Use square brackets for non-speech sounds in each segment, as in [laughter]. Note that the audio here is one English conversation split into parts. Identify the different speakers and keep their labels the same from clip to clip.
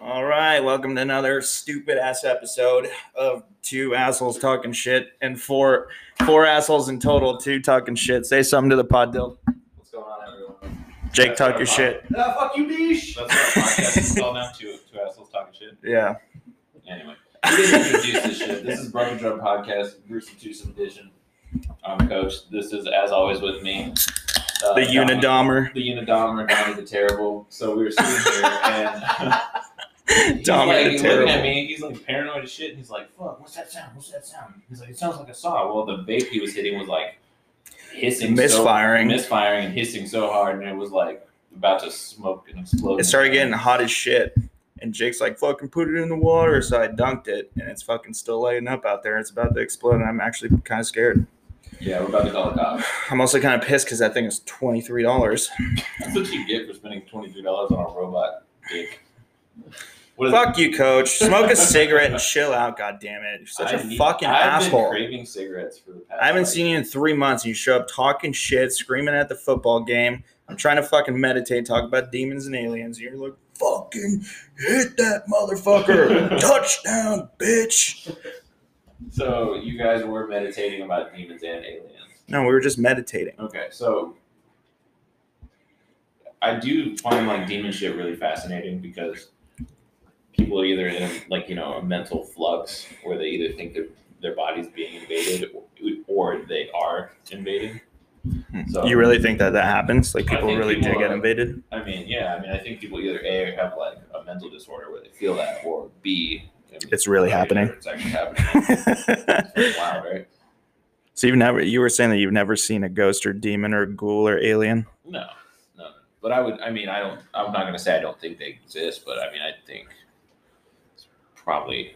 Speaker 1: All right, welcome to another stupid ass episode of two assholes talking shit and four four assholes in total, two talking shit. Say something to the pod, Dill.
Speaker 2: What's going on, everyone?
Speaker 1: Jake,
Speaker 2: That's
Speaker 1: talk
Speaker 2: our
Speaker 1: your
Speaker 2: pod.
Speaker 1: shit.
Speaker 3: Ah, fuck you, Nish.
Speaker 2: That's what our podcast is called now. Two, two assholes talking shit.
Speaker 1: Yeah,
Speaker 2: Anyway, we didn't introduce this shit. This is Broken Drum Podcast, Bruce and Twosome Edition. I'm Coach. This is, as always, with me.
Speaker 1: [laughs]
Speaker 2: Uh,
Speaker 1: the
Speaker 2: Dominic-
Speaker 1: Unidommer,
Speaker 2: The Unidomer, Donnie the Terrible. So we were sitting here, and
Speaker 1: [laughs]
Speaker 2: he's like,
Speaker 1: Dominic the
Speaker 2: he's looking at
Speaker 1: Terrible.
Speaker 2: me. He's like paranoid as shit. And he's like, "Fuck, what's that sound? What's that sound?" He's like, "It sounds like a saw." Well, the vape he was hitting was like hissing, so
Speaker 1: Misfiring.
Speaker 2: misfiring and hissing so hard, and it was like about to smoke and explode.
Speaker 1: It started getting hot as shit, and Jake's like, "Fucking put it in the water." So I dunked it, and it's fucking still laying up out there. It's about to explode, and I'm actually kind of scared.
Speaker 2: Yeah, we're about to call the cops.
Speaker 1: I'm also kind of pissed because that thing is twenty three dollars.
Speaker 2: That's what you get for spending twenty three dollars on a robot dick. What is
Speaker 1: Fuck you, coach. Smoke a [laughs] cigarette and chill out, god damn it. You're such
Speaker 2: I
Speaker 1: a
Speaker 2: need-
Speaker 1: fucking
Speaker 2: I've Been
Speaker 1: asshole.
Speaker 2: craving cigarettes for the past.
Speaker 1: I haven't
Speaker 2: like,
Speaker 1: seen you in three months and you show up talking shit, screaming at the football game. I'm trying to fucking meditate, talk about demons and aliens. and You're like, fucking hit that
Speaker 2: [laughs]
Speaker 1: motherfucker. Touchdown, bitch.
Speaker 2: So you guys were meditating about demons and aliens.
Speaker 1: No, we were just meditating.
Speaker 2: Okay, so I do find like demon shit really fascinating because people are either in like you know a mental flux where they either think their their body's being invaded or, or they are invaded. So
Speaker 1: Hmm. You really think that that happens? Like
Speaker 2: I
Speaker 1: people
Speaker 2: think
Speaker 1: really do
Speaker 2: people
Speaker 1: get
Speaker 2: are-
Speaker 1: invaded?
Speaker 2: I mean, yeah. I mean, I think people either a have like a mental disorder where they feel that, or b I mean,
Speaker 1: It's really
Speaker 2: I'm not
Speaker 1: happening.
Speaker 2: sure It's actually happening.
Speaker 1: [laughs]
Speaker 2: It's wow, right?
Speaker 1: [laughs] so you've never you were saying that you've never seen a ghost or demon or ghoul or alien?
Speaker 2: No, no. But I would. I mean, I don't. I'm not gonna say I don't think they exist, but I mean, I think it's probably.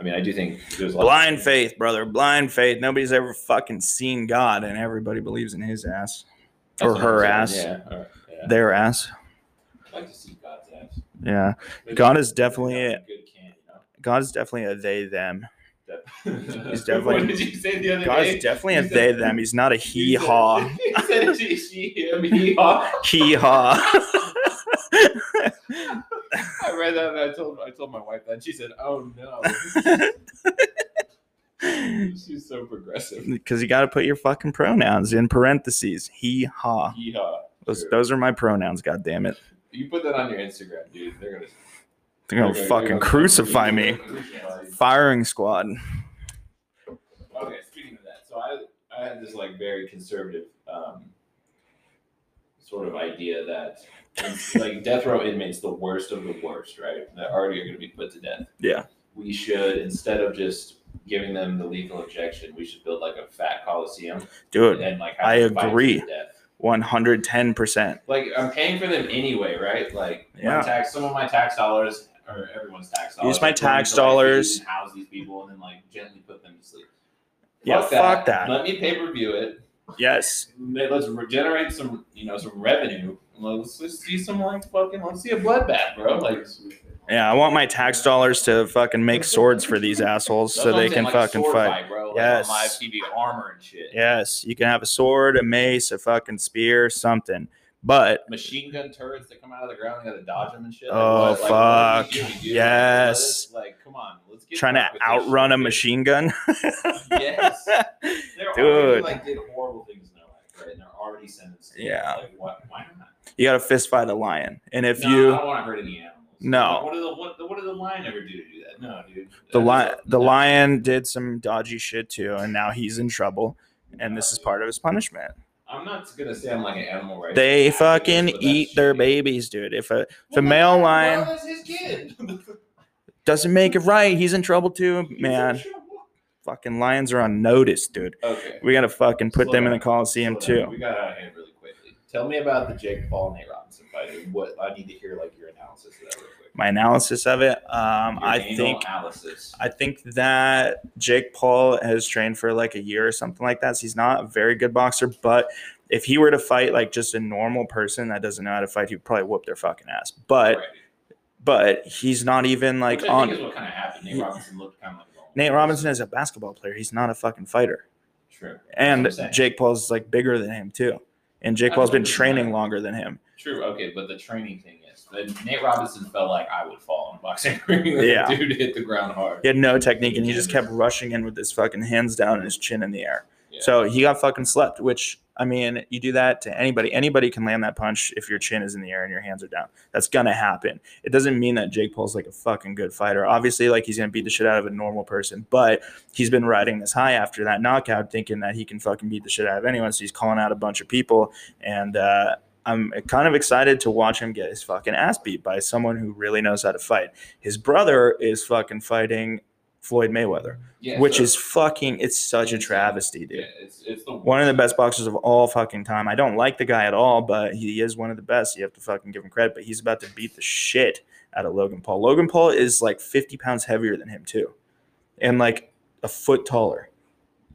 Speaker 2: I mean, I do think there's a lot of-
Speaker 1: Blind faith, brother. Blind faith. Nobody's ever fucking seen God, and everybody believes in his ass,
Speaker 2: That's
Speaker 1: or
Speaker 2: what
Speaker 1: her
Speaker 2: I'm
Speaker 1: ass,
Speaker 2: saying, Yeah. or- yeah.
Speaker 1: their ass.
Speaker 2: I'd like to see God's ass.
Speaker 1: Yeah,
Speaker 2: Maybe
Speaker 1: God
Speaker 2: that's-
Speaker 1: is definitely
Speaker 2: that's a good can, you know?
Speaker 1: God is definitely a they them.
Speaker 2: That-
Speaker 1: [laughs] He's definitely-
Speaker 2: [laughs] What did you say the other
Speaker 1: God
Speaker 2: day?
Speaker 1: is definitely a
Speaker 2: he's
Speaker 1: they
Speaker 2: a-
Speaker 1: them. He's not a he
Speaker 2: You
Speaker 1: [laughs]
Speaker 2: said-
Speaker 1: haw,
Speaker 2: [laughs] you said she, she, him, he haw.
Speaker 1: he haw. [laughs]
Speaker 2: I read that and I told I told my wife that and she said, "Oh
Speaker 1: [laughs]
Speaker 2: no." She's so progressive.
Speaker 1: Because you got to put your fucking pronouns in parentheses. He haw.
Speaker 2: Yeehaw.
Speaker 1: Those,
Speaker 2: True.
Speaker 1: those are my pronouns. God damn it!
Speaker 2: You put that on your Instagram, dude. They're gonna
Speaker 1: They're gonna
Speaker 2: they're
Speaker 1: fucking
Speaker 2: they're gonna-
Speaker 1: crucify me. Firing squad.
Speaker 2: Okay, speaking of that, so I I had this like very conservative um sort of idea that like death row inmates, the worst of the worst, right? That already are gonna be put to death.
Speaker 1: Yeah.
Speaker 2: We should instead of just giving them the lethal injection, we should build like a fat coliseum
Speaker 1: Dude,
Speaker 2: and like
Speaker 1: I
Speaker 2: them fight to
Speaker 1: agree.
Speaker 2: the death.
Speaker 1: one hundred ten percent.
Speaker 2: like I'm paying for them anyway, right? Like
Speaker 1: Yeah.
Speaker 2: my tax, some of my tax dollars or everyone's tax dollars.
Speaker 1: Use my
Speaker 2: are going
Speaker 1: tax
Speaker 2: to, like,
Speaker 1: dollars.
Speaker 2: feed and House these people and then like gently put them to sleep.
Speaker 1: Yeah, fuck that.
Speaker 2: Let me pay per view it.
Speaker 1: Yes.
Speaker 2: Let- Let's generate some, you know, some revenue. Let's, let's see some like fucking. Let's see a bloodbath, bro. Like that's
Speaker 1: Yeah, I want my tax dollars to fucking make swords for these assholes so
Speaker 2: what
Speaker 1: they
Speaker 2: I'm
Speaker 1: can
Speaker 2: saying, like, a
Speaker 1: fucking
Speaker 2: sword
Speaker 1: fight.
Speaker 2: fight, bro. Like,
Speaker 1: Yes.
Speaker 2: on live TV armor and shit.
Speaker 1: Yes, you can have a sword, a mace, a fucking spear, something. But
Speaker 2: Machine gun turrets that come out of the ground, you gotta dodge them and shit.
Speaker 1: Oh,
Speaker 2: like, what? Like, what
Speaker 1: fuck.
Speaker 2: do you do? You
Speaker 1: Yes.
Speaker 2: do this? Like, come on, let's get
Speaker 1: trying to
Speaker 2: back with this
Speaker 1: outrun a
Speaker 2: shit.
Speaker 1: machine gun? [laughs]
Speaker 2: Yes. They're
Speaker 1: Dude.
Speaker 2: already like did horrible things in their life, right? And they're already sentenced. to
Speaker 1: Yeah.
Speaker 2: death. Like, what? Why not?
Speaker 1: you got to fist fight a lion. And if
Speaker 2: no, I
Speaker 1: you
Speaker 2: don't want to hurt any animals.
Speaker 1: No.
Speaker 2: Like, what did the what, the what did the lion ever do to do that? No, dude.
Speaker 1: the
Speaker 2: Uh,
Speaker 1: lion the
Speaker 2: no.
Speaker 1: lion did some dodgy shit too and now he's in trouble and this is part of his punishment.
Speaker 2: I'm not gonna say I'm like an animal right.
Speaker 1: They fucking eat their babies, dude. If a if a male lion
Speaker 2: that's his kid. [laughs]
Speaker 1: doesn't make it right, he's in trouble too,
Speaker 2: He's in
Speaker 1: man.
Speaker 2: trouble.
Speaker 1: Fucking lions are on notice, dude.
Speaker 2: Okay.
Speaker 1: We got to fucking put
Speaker 2: Slow
Speaker 1: them in the
Speaker 2: down.
Speaker 1: coliseum
Speaker 2: Slow down.
Speaker 1: too.
Speaker 2: We got out of hand really quickly. Tell me about the Jake Paul Nate Robinson fight. and What I need to hear like your analysis of that real quick.
Speaker 1: My analysis of it, um,
Speaker 2: Your
Speaker 1: I
Speaker 2: anal
Speaker 1: think
Speaker 2: analysis.
Speaker 1: I think that Jake Paul has trained for like a year or something like that. So he's not a very good boxer, but if he were to fight like just a normal person that doesn't know how to fight, he'd probably whoop their fucking ass. But
Speaker 2: Right.
Speaker 1: but he's not even like
Speaker 2: Which I
Speaker 1: on
Speaker 2: think is what kind of happened. Nate
Speaker 1: Yeah.
Speaker 2: Robinson looked kind of like a-
Speaker 1: Nate Robinson is a basketball player. He's not a fucking fighter.
Speaker 2: True.
Speaker 1: And
Speaker 2: That's what I'm saying.
Speaker 1: Jake Paul's like bigger than him too. And Jake
Speaker 2: I
Speaker 1: Paul's
Speaker 2: don't
Speaker 1: been
Speaker 2: think it
Speaker 1: training
Speaker 2: matters.
Speaker 1: longer than him.
Speaker 2: True. Okay, but the training thing is And Nate Robinson felt like I would fall in a boxing [laughs] ring. The
Speaker 1: Yeah.
Speaker 2: dude hit the ground hard.
Speaker 1: He had no technique, and he just kept rushing in with his fucking hands down and his chin in the air.
Speaker 2: Yeah.
Speaker 1: So he got fucking slept, which I mean, you do that to anybody. Anybody can land that punch if your chin is in the air and your hands are down. That's gonna happen. It doesn't mean that Jake Paul's like a fucking good fighter. Obviously, like he's gonna beat the shit out of a normal person, but he's been riding this high after that knockout, thinking that he can fucking beat the shit out of anyone. So he's calling out a bunch of people, and uh, I'm kind of excited to watch him get his fucking ass beat by someone who really knows how to fight. His brother is fucking fighting Floyd Mayweather,
Speaker 2: Yeah,
Speaker 1: which
Speaker 2: so-
Speaker 1: is fucking. It's such a travesty, dude
Speaker 2: yeah, it's, it's the
Speaker 1: one of the best boxers of all fucking time. I don't like the guy at all, but he is one of the best. You have to fucking give him credit. But he's about to beat the shit out of Logan Paul. Logan Paul is like 50 pounds heavier than him too, and like a foot taller.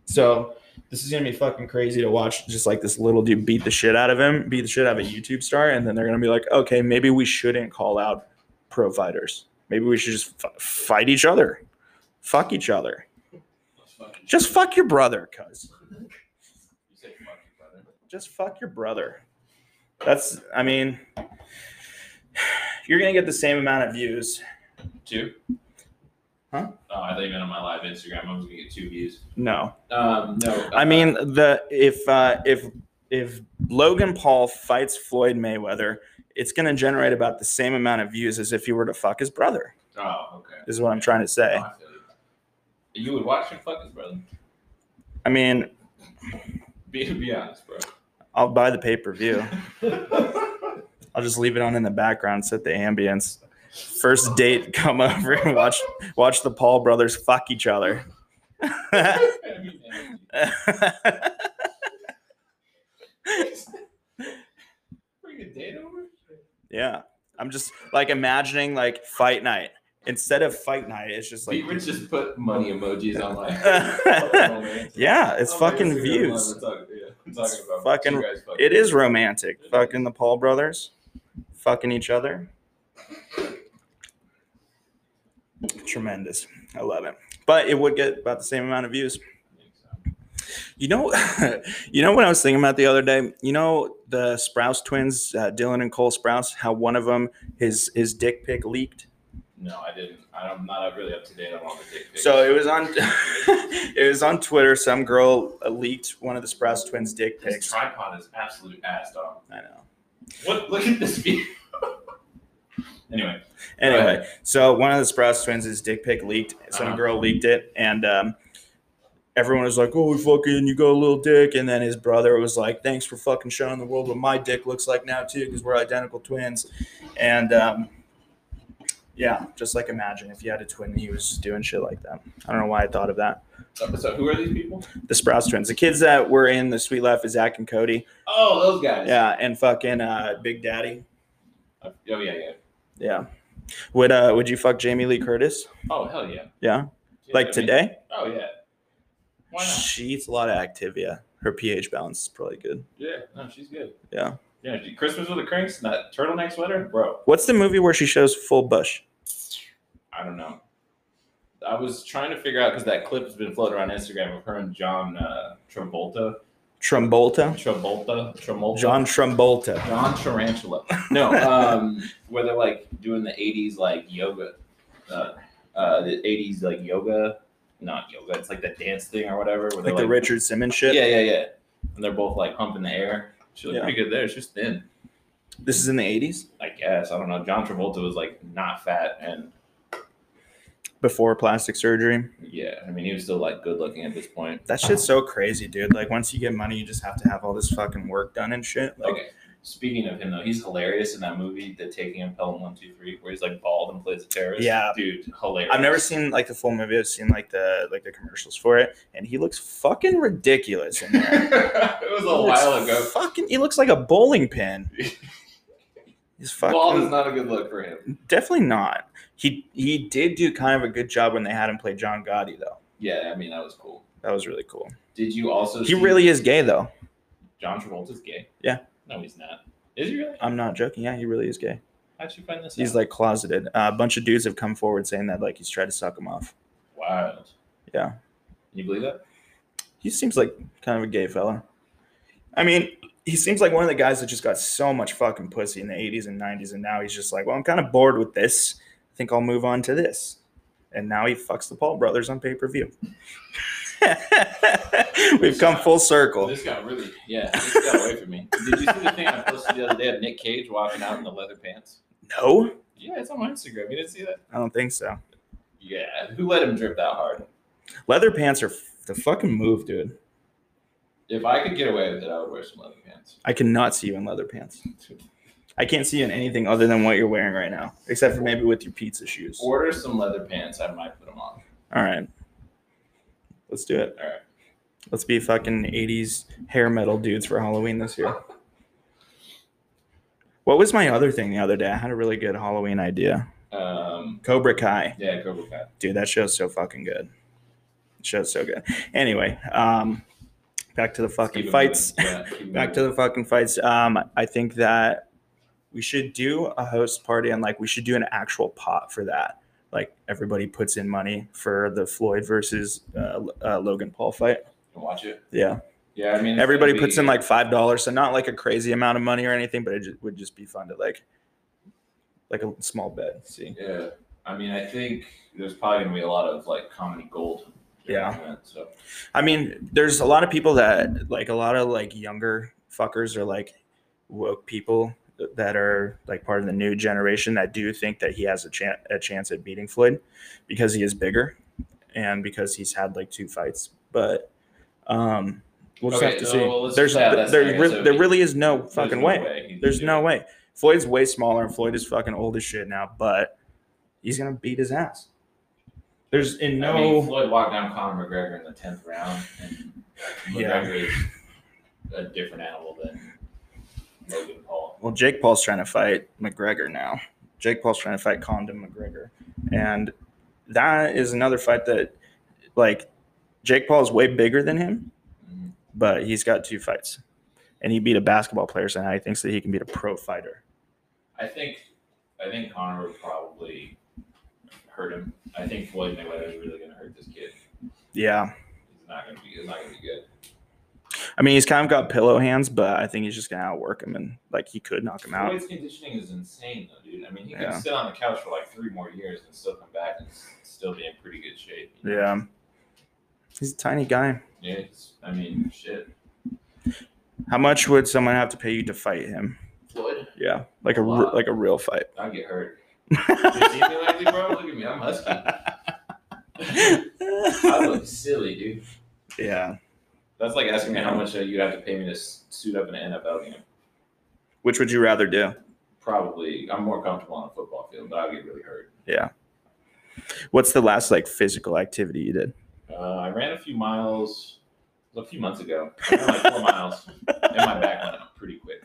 Speaker 1: So this is gonna be fucking crazy to watch. Just like this little dude beat the shit out of him, beat the shit out of a YouTube star, and then they're gonna be like, okay, maybe we shouldn't call out pro fighters. Maybe we should just f- fight each other, fuck each other. Just fuck your brother, cuz
Speaker 2: You said fuck your brother.
Speaker 1: just fuck your brother. That's, I mean, you're gonna get the same amount of views.
Speaker 2: Two?
Speaker 1: Huh?
Speaker 2: Oh, I thought you meant on my live Instagram. I was gonna get two views.
Speaker 1: No,
Speaker 2: Um, no.
Speaker 1: I mean the if uh, if if Logan Paul fights Floyd Mayweather, it's gonna generate about the same amount of views as if he were to fuck his brother.
Speaker 2: Oh, okay.
Speaker 1: Is what I'm trying to say.
Speaker 2: Oh, I feel you. You would watch him fuck his brother.
Speaker 1: I mean,
Speaker 2: Be, be honest,
Speaker 1: [laughs]
Speaker 2: bro.
Speaker 1: I'll buy the pay per view.
Speaker 2: Dude,
Speaker 1: I'll just leave it on in the background, set the ambience. First date, come over and watch watch the Paul brothers fuck each other. [laughs]
Speaker 2: Bring a date over?
Speaker 1: [laughs] Yeah. I'm just like imagining like fight night. Instead of fight night, it's just like
Speaker 2: we would just put money emojis on like.
Speaker 1: [laughs]
Speaker 2: [laughs]
Speaker 1: Yeah, it's
Speaker 2: Oh,
Speaker 1: fucking views.
Speaker 2: We're talking, yeah, we're talking about
Speaker 1: fucking-
Speaker 2: you guys fucking-
Speaker 1: It is romantic. Fucking the Paul brothers. Fucking each other. Tremendous. I love it. But it would get about the same amount of views. You know, [laughs] you know what I was thinking about the other day. You know the Sprouse twins, uh, Dylan and Cole Sprouse. How one of them his his dick pic leaked.
Speaker 2: No, I didn't. I'm not really up to date on all the dick pics.
Speaker 1: So it was on [laughs] it was on Twitter. Some girl leaked one of the Sprouse twins' dick
Speaker 2: This
Speaker 1: pics.
Speaker 2: tripod is absolute ass dog.
Speaker 1: I know.
Speaker 2: What? Look at this view. [laughs] anyway,
Speaker 1: Anyway, so one of the Sprouse twins' dick pic leaked. Some
Speaker 2: Uh-huh.
Speaker 1: girl leaked it, and um, everyone was like, "Oh, fucking, you got a little dick." And then his brother was like, "Thanks for fucking showing the world what my dick looks like now too, because we're identical twins." And um, yeah, just like imagine if you had a twin and he was just doing shit like that. I don't know why I thought of that.
Speaker 2: so, so who are these people?
Speaker 1: The Sprouse twins, the kids that were in the Sweet Life of Zach and Cody.
Speaker 2: Oh, those guys.
Speaker 1: Yeah, and fucking uh, Big Daddy.
Speaker 2: Oh yeah, yeah.
Speaker 1: Yeah. Would uh would you fuck Jamie Lee Curtis?
Speaker 2: Oh hell yeah.
Speaker 1: Yeah.
Speaker 2: Yeah, I
Speaker 1: Like
Speaker 2: mean-
Speaker 1: today?
Speaker 2: Oh yeah. Why not?
Speaker 1: She eats a lot of Activia. Her pH balance is probably good.
Speaker 2: Yeah. No, she's good.
Speaker 1: Yeah.
Speaker 2: Yeah. dude, Christmas with the cranks and that turtleneck sweater, bro.
Speaker 1: What's the movie where she shows full bush?
Speaker 2: I don't know. I was trying to figure out because that clip has been floating around Instagram of her and John uh, Travolta,
Speaker 1: Trumbolta?
Speaker 2: Travolta, Travolta,
Speaker 1: John Trumbolta.
Speaker 2: John Tarantula. No,
Speaker 1: [laughs]
Speaker 2: um, where they're like doing the '80s like yoga, uh, uh, the '80s like yoga, not yoga. It's like the dance thing or whatever. Where they're
Speaker 1: Like the Richard Simmons shit.
Speaker 2: Yeah, yeah, yeah. And they're both like humping the air. She looked
Speaker 1: Yeah.
Speaker 2: pretty good there. She's thin,
Speaker 1: This is in the 80s
Speaker 2: I guess. I don't know. John Travolta was like not fat, and
Speaker 1: before plastic surgery.
Speaker 2: yeah, I mean he was still like good looking at this point.
Speaker 1: That shit's so crazy, dude. Like once you get money, you just have to have all this fucking work done and shit. Like
Speaker 2: Okay. Speaking of him though, he's hilarious in that movie, The Taking of Pelham One Two Three, where he's like bald and plays a terrorist.
Speaker 1: Yeah.
Speaker 2: dude, hilarious.
Speaker 1: I've
Speaker 2: [laughs]
Speaker 1: never seen like the full movie. I've seen like the like the commercials for it, and he looks fucking ridiculous in there.
Speaker 2: it was a
Speaker 1: He looks
Speaker 2: while ago.
Speaker 1: Fucking, he looks like a bowling
Speaker 2: [laughs]
Speaker 1: pin. He's fucking
Speaker 2: Bald is not a good look for him.
Speaker 1: definitely not. He he did do kind of a good job when they had him play John Gotti though.
Speaker 2: Yeah, I mean that was cool.
Speaker 1: That was really cool.
Speaker 2: Did you also?
Speaker 1: He
Speaker 2: see
Speaker 1: really is gay though.
Speaker 2: John Travolta's gay.
Speaker 1: Yeah.
Speaker 2: No, he's not. Is he really?
Speaker 1: I'm not joking. Yeah, he really is gay.
Speaker 2: How'd you find this?
Speaker 1: He's
Speaker 2: out?
Speaker 1: like closeted. Uh, a bunch of dudes have come forward saying that like he's tried to suck him off.
Speaker 2: wild.
Speaker 1: Yeah.
Speaker 2: You believe that?
Speaker 1: He seems like kind of a gay fella. I mean, he seems like one of the guys that just got so much fucking pussy in the 80s and 90s and now he's just like well i'm kind of bored with this i think i'll move on to this and now he fucks the paul brothers on pay-per-view [laughs] we've come full circle
Speaker 2: This got really, yeah, this got away from me. Did you see the thing I posted the other day of Nick Cage walking out in the leather pants?
Speaker 1: no
Speaker 2: Yeah, it's on my Instagram. You didn't see that?
Speaker 1: i don't think so
Speaker 2: Yeah, who let him drip that hard?
Speaker 1: leather pants are f- the fucking move dude
Speaker 2: If I could get away with it, I would wear some leather pants.
Speaker 1: i cannot see you in leather pants i can't see you in anything other than what you're wearing right now except for maybe with your pizza shoes all
Speaker 2: Order some leather pants. I might put them on.
Speaker 1: right let's do it
Speaker 2: All right.
Speaker 1: let's be fucking 80s hair metal dudes for halloween this year What was my other thing the other day? I had a really good Halloween idea.
Speaker 2: Um,
Speaker 1: Cobra Kai.
Speaker 2: yeah, Cobra Kai.
Speaker 1: Dude, that show's so fucking good. Show's so good. Anyway, um, back to the fucking
Speaker 2: Keep it
Speaker 1: fights.
Speaker 2: moving. Yeah, keep
Speaker 1: [laughs]
Speaker 2: it
Speaker 1: Back to
Speaker 2: moving.
Speaker 1: the fucking fights. Um, I think that we should do a host party and like we should do an actual pot for that. Like everybody puts in money for the Floyd versus uh, uh, Logan Paul fight.
Speaker 2: Can watch it.
Speaker 1: Yeah,
Speaker 2: Yeah, I mean, it's
Speaker 1: everybody
Speaker 2: gonna
Speaker 1: puts
Speaker 2: be-
Speaker 1: in like five dollars, so not like a crazy amount of money or anything, but it ju- would just be fun to like, like a small bet. See.
Speaker 2: Yeah, I mean, I think there's probably gonna be a lot of like comedy gold. during
Speaker 1: Yeah.
Speaker 2: that, So
Speaker 1: I mean, there's a lot of people that like a lot of like younger fuckers or like woke people that are like part of the new generation that do think that he has a chance a chance at beating Floyd because he is bigger and because he's had like two fights. But um we'll just
Speaker 2: Okay,
Speaker 1: have to
Speaker 2: so
Speaker 1: see.
Speaker 2: let's
Speaker 1: there's
Speaker 2: just have that
Speaker 1: th- there's
Speaker 2: scenario.
Speaker 1: re-
Speaker 2: So
Speaker 1: there
Speaker 2: he-
Speaker 1: really is no
Speaker 2: there's
Speaker 1: fucking
Speaker 2: no
Speaker 1: way.
Speaker 2: he can
Speaker 1: There's
Speaker 2: do
Speaker 1: no
Speaker 2: it.
Speaker 1: way. Floyd's way smaller, and Floyd is fucking old as shit now, but he's gonna beat his ass. There's in
Speaker 2: I mean,
Speaker 1: no
Speaker 2: Floyd walked down Conor McGregor in the tenth round, and
Speaker 1: Yeah.
Speaker 2: McGregor is a different animal than Logan Paul.
Speaker 1: well, Jake Paul's trying to fight McGregor now. Jake Paul's trying to fight Condon McGregor, and that is another fight that, like, Jake Paul is way bigger than him,
Speaker 2: Mhm.
Speaker 1: but he's got two fights, and he beat a basketball player, so now he thinks that he can beat a pro fighter.
Speaker 2: I think, I think Conor would probably hurt him. I think Floyd Mayweather is really gonna hurt this kid.
Speaker 1: Yeah,
Speaker 2: He's not gonna be. It's not gonna be good.
Speaker 1: I mean he's kind of got pillow hands, but I think he's just gonna outwork him, and like he could knock him out.
Speaker 2: Floyd's conditioning is insane, though, dude. I mean, he could
Speaker 1: Yeah.
Speaker 2: sit on the couch for like three more years and still come back and s- still be in pretty good shape. you know?
Speaker 1: Yeah. He's a tiny guy.
Speaker 2: Yeah, it's, I mean, shit.
Speaker 1: How much would someone have to pay you to fight him?
Speaker 2: Floyd,
Speaker 1: Yeah, like a
Speaker 2: A lot.
Speaker 1: r- like a real [laughs] fight.
Speaker 2: I get hurt. You see me lately, bro? Look at me, I'm husky. I look silly, dude.
Speaker 1: yeah,
Speaker 2: That's like asking me how much uh, you have to pay me to s- suit up in an NFL game.
Speaker 1: which would you rather do?
Speaker 2: Probably, I'm more comfortable on a football field, but I get really hurt.
Speaker 1: What's the last like physical activity you [sighs] did?
Speaker 2: Uh, I ran a few miles a few months ago. I ran like four miles, and my back went up pretty quick.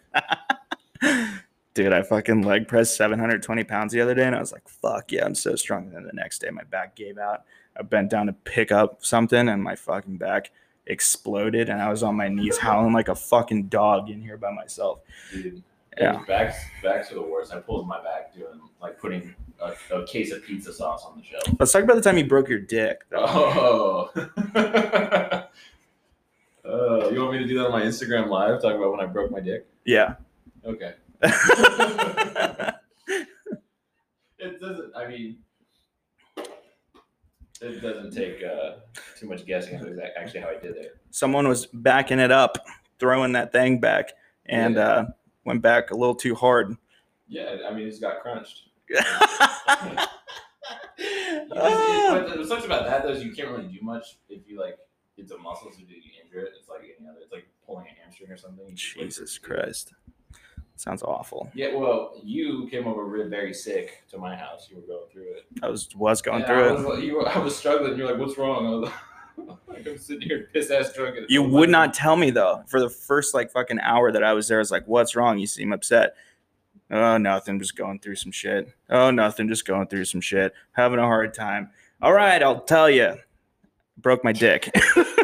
Speaker 1: Dude, I fucking leg pressed 720 pounds the other day and I was like, fuck yeah, I'm so strong. And then the next day my back gave out. I bent down to pick up something and my fucking back exploded and I was on my knees howling like a fucking dog in here by myself.
Speaker 2: Dude,
Speaker 1: Yeah.
Speaker 2: yeah. Backs, backs are the worst. I pulled my back doing like putting a, a case of pizza sauce on
Speaker 1: [laughs]
Speaker 2: the shelf.
Speaker 1: Let's talk about the time you broke your dick though.
Speaker 2: Oh. [laughs] Uh, you want me to do that on my Instagram live? Talk about when I broke my dick.
Speaker 1: [laughs] Yeah.
Speaker 2: Okay. It doesn't. I mean, it doesn't take uh, too much guessing. That's exact- actually how I did it.
Speaker 1: someone was backing it up, throwing that thing back, and
Speaker 2: Yeah.
Speaker 1: uh, went back a little too
Speaker 2: [laughs]
Speaker 1: hard.
Speaker 2: Yeah. I mean, it just got crunched. You just-
Speaker 1: Ah.
Speaker 2: it- but what sucks about that though is you can't really do much if you like it's a muscle, so if you injure it, it's like any other. It's like pulling a hamstring or something. You just, like,
Speaker 1: Jesus Christ. Sounds awful.
Speaker 2: Yeah, well, you came over real very sick to my house. You were going through it.
Speaker 1: I was was going
Speaker 2: And I
Speaker 1: through
Speaker 2: was,
Speaker 1: it.
Speaker 2: like- you were- I was struggling. You're like, "What's wrong?" I was like, [laughs] "I'm sitting here piss ass drunk." and-
Speaker 1: You would not tell me though. For the first like fucking hour that I was there, I was like, "What's wrong? You seem upset." Oh, nothing. Just going through some shit. Oh, nothing. Just going through some shit. Having a hard time. All right, I'll tell you. Broke my dick. [laughs]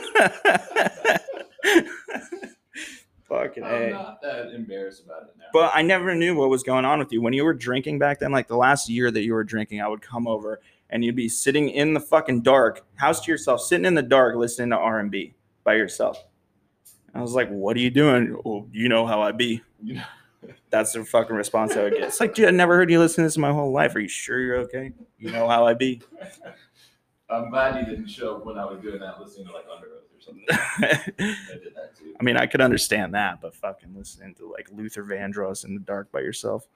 Speaker 1: Fucking
Speaker 2: I'm
Speaker 1: a.
Speaker 2: not that embarrassed about it now.
Speaker 1: But I never knew what was going on with you. When you were drinking back then, like the last year that you were drinking, I would come over and you'd be sitting in the fucking dark, house to yourself, sitting in the dark, listening to R and B by yourself. And I was like, "What are you doing?" Well, you know how I be.
Speaker 2: You know.
Speaker 1: That's the fucking response I would get. It's like, dude, I never heard you listen to this my whole life. Are you sure you're okay? You know how I be. [laughs]
Speaker 2: I'm glad you didn't show up when I was doing that, listening to like Under Oath or something.
Speaker 1: I
Speaker 2: I did that too.
Speaker 1: mean, I could understand that, but fucking listening to like Luther Vandross in the dark by yourself,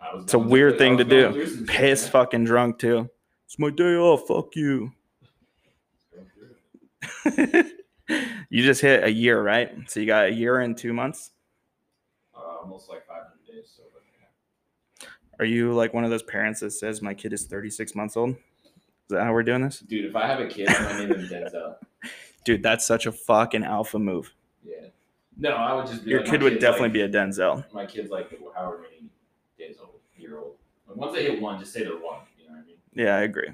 Speaker 2: I was
Speaker 1: It's a
Speaker 2: going
Speaker 1: weird
Speaker 2: through- I
Speaker 1: thing
Speaker 2: was
Speaker 1: to
Speaker 2: going
Speaker 1: do.
Speaker 2: through some shit,
Speaker 1: pissed
Speaker 2: man.
Speaker 1: fucking drunk too. It's my day off. Fuck you.
Speaker 2: Going through it.
Speaker 1: [laughs] you just hit a year, right? So you got a year and two months.
Speaker 2: Uh, almost like 500 days. So like, yeah.
Speaker 1: Are you like one of those parents that says my kid is 36 months old? Is that how we're doing this?
Speaker 2: dude, if I have a kid, I'm gonna name him Denzel.
Speaker 1: Dude, that's such a fucking alpha move.
Speaker 2: Yeah. No, I would just be
Speaker 1: Your
Speaker 2: like, my
Speaker 1: kid would
Speaker 2: kid's
Speaker 1: definitely
Speaker 2: like-
Speaker 1: be a Denzel.
Speaker 2: my kid's like however many days old, year old. Like once they hit one, just say they're one. You know what I mean?
Speaker 1: Yeah, I agree.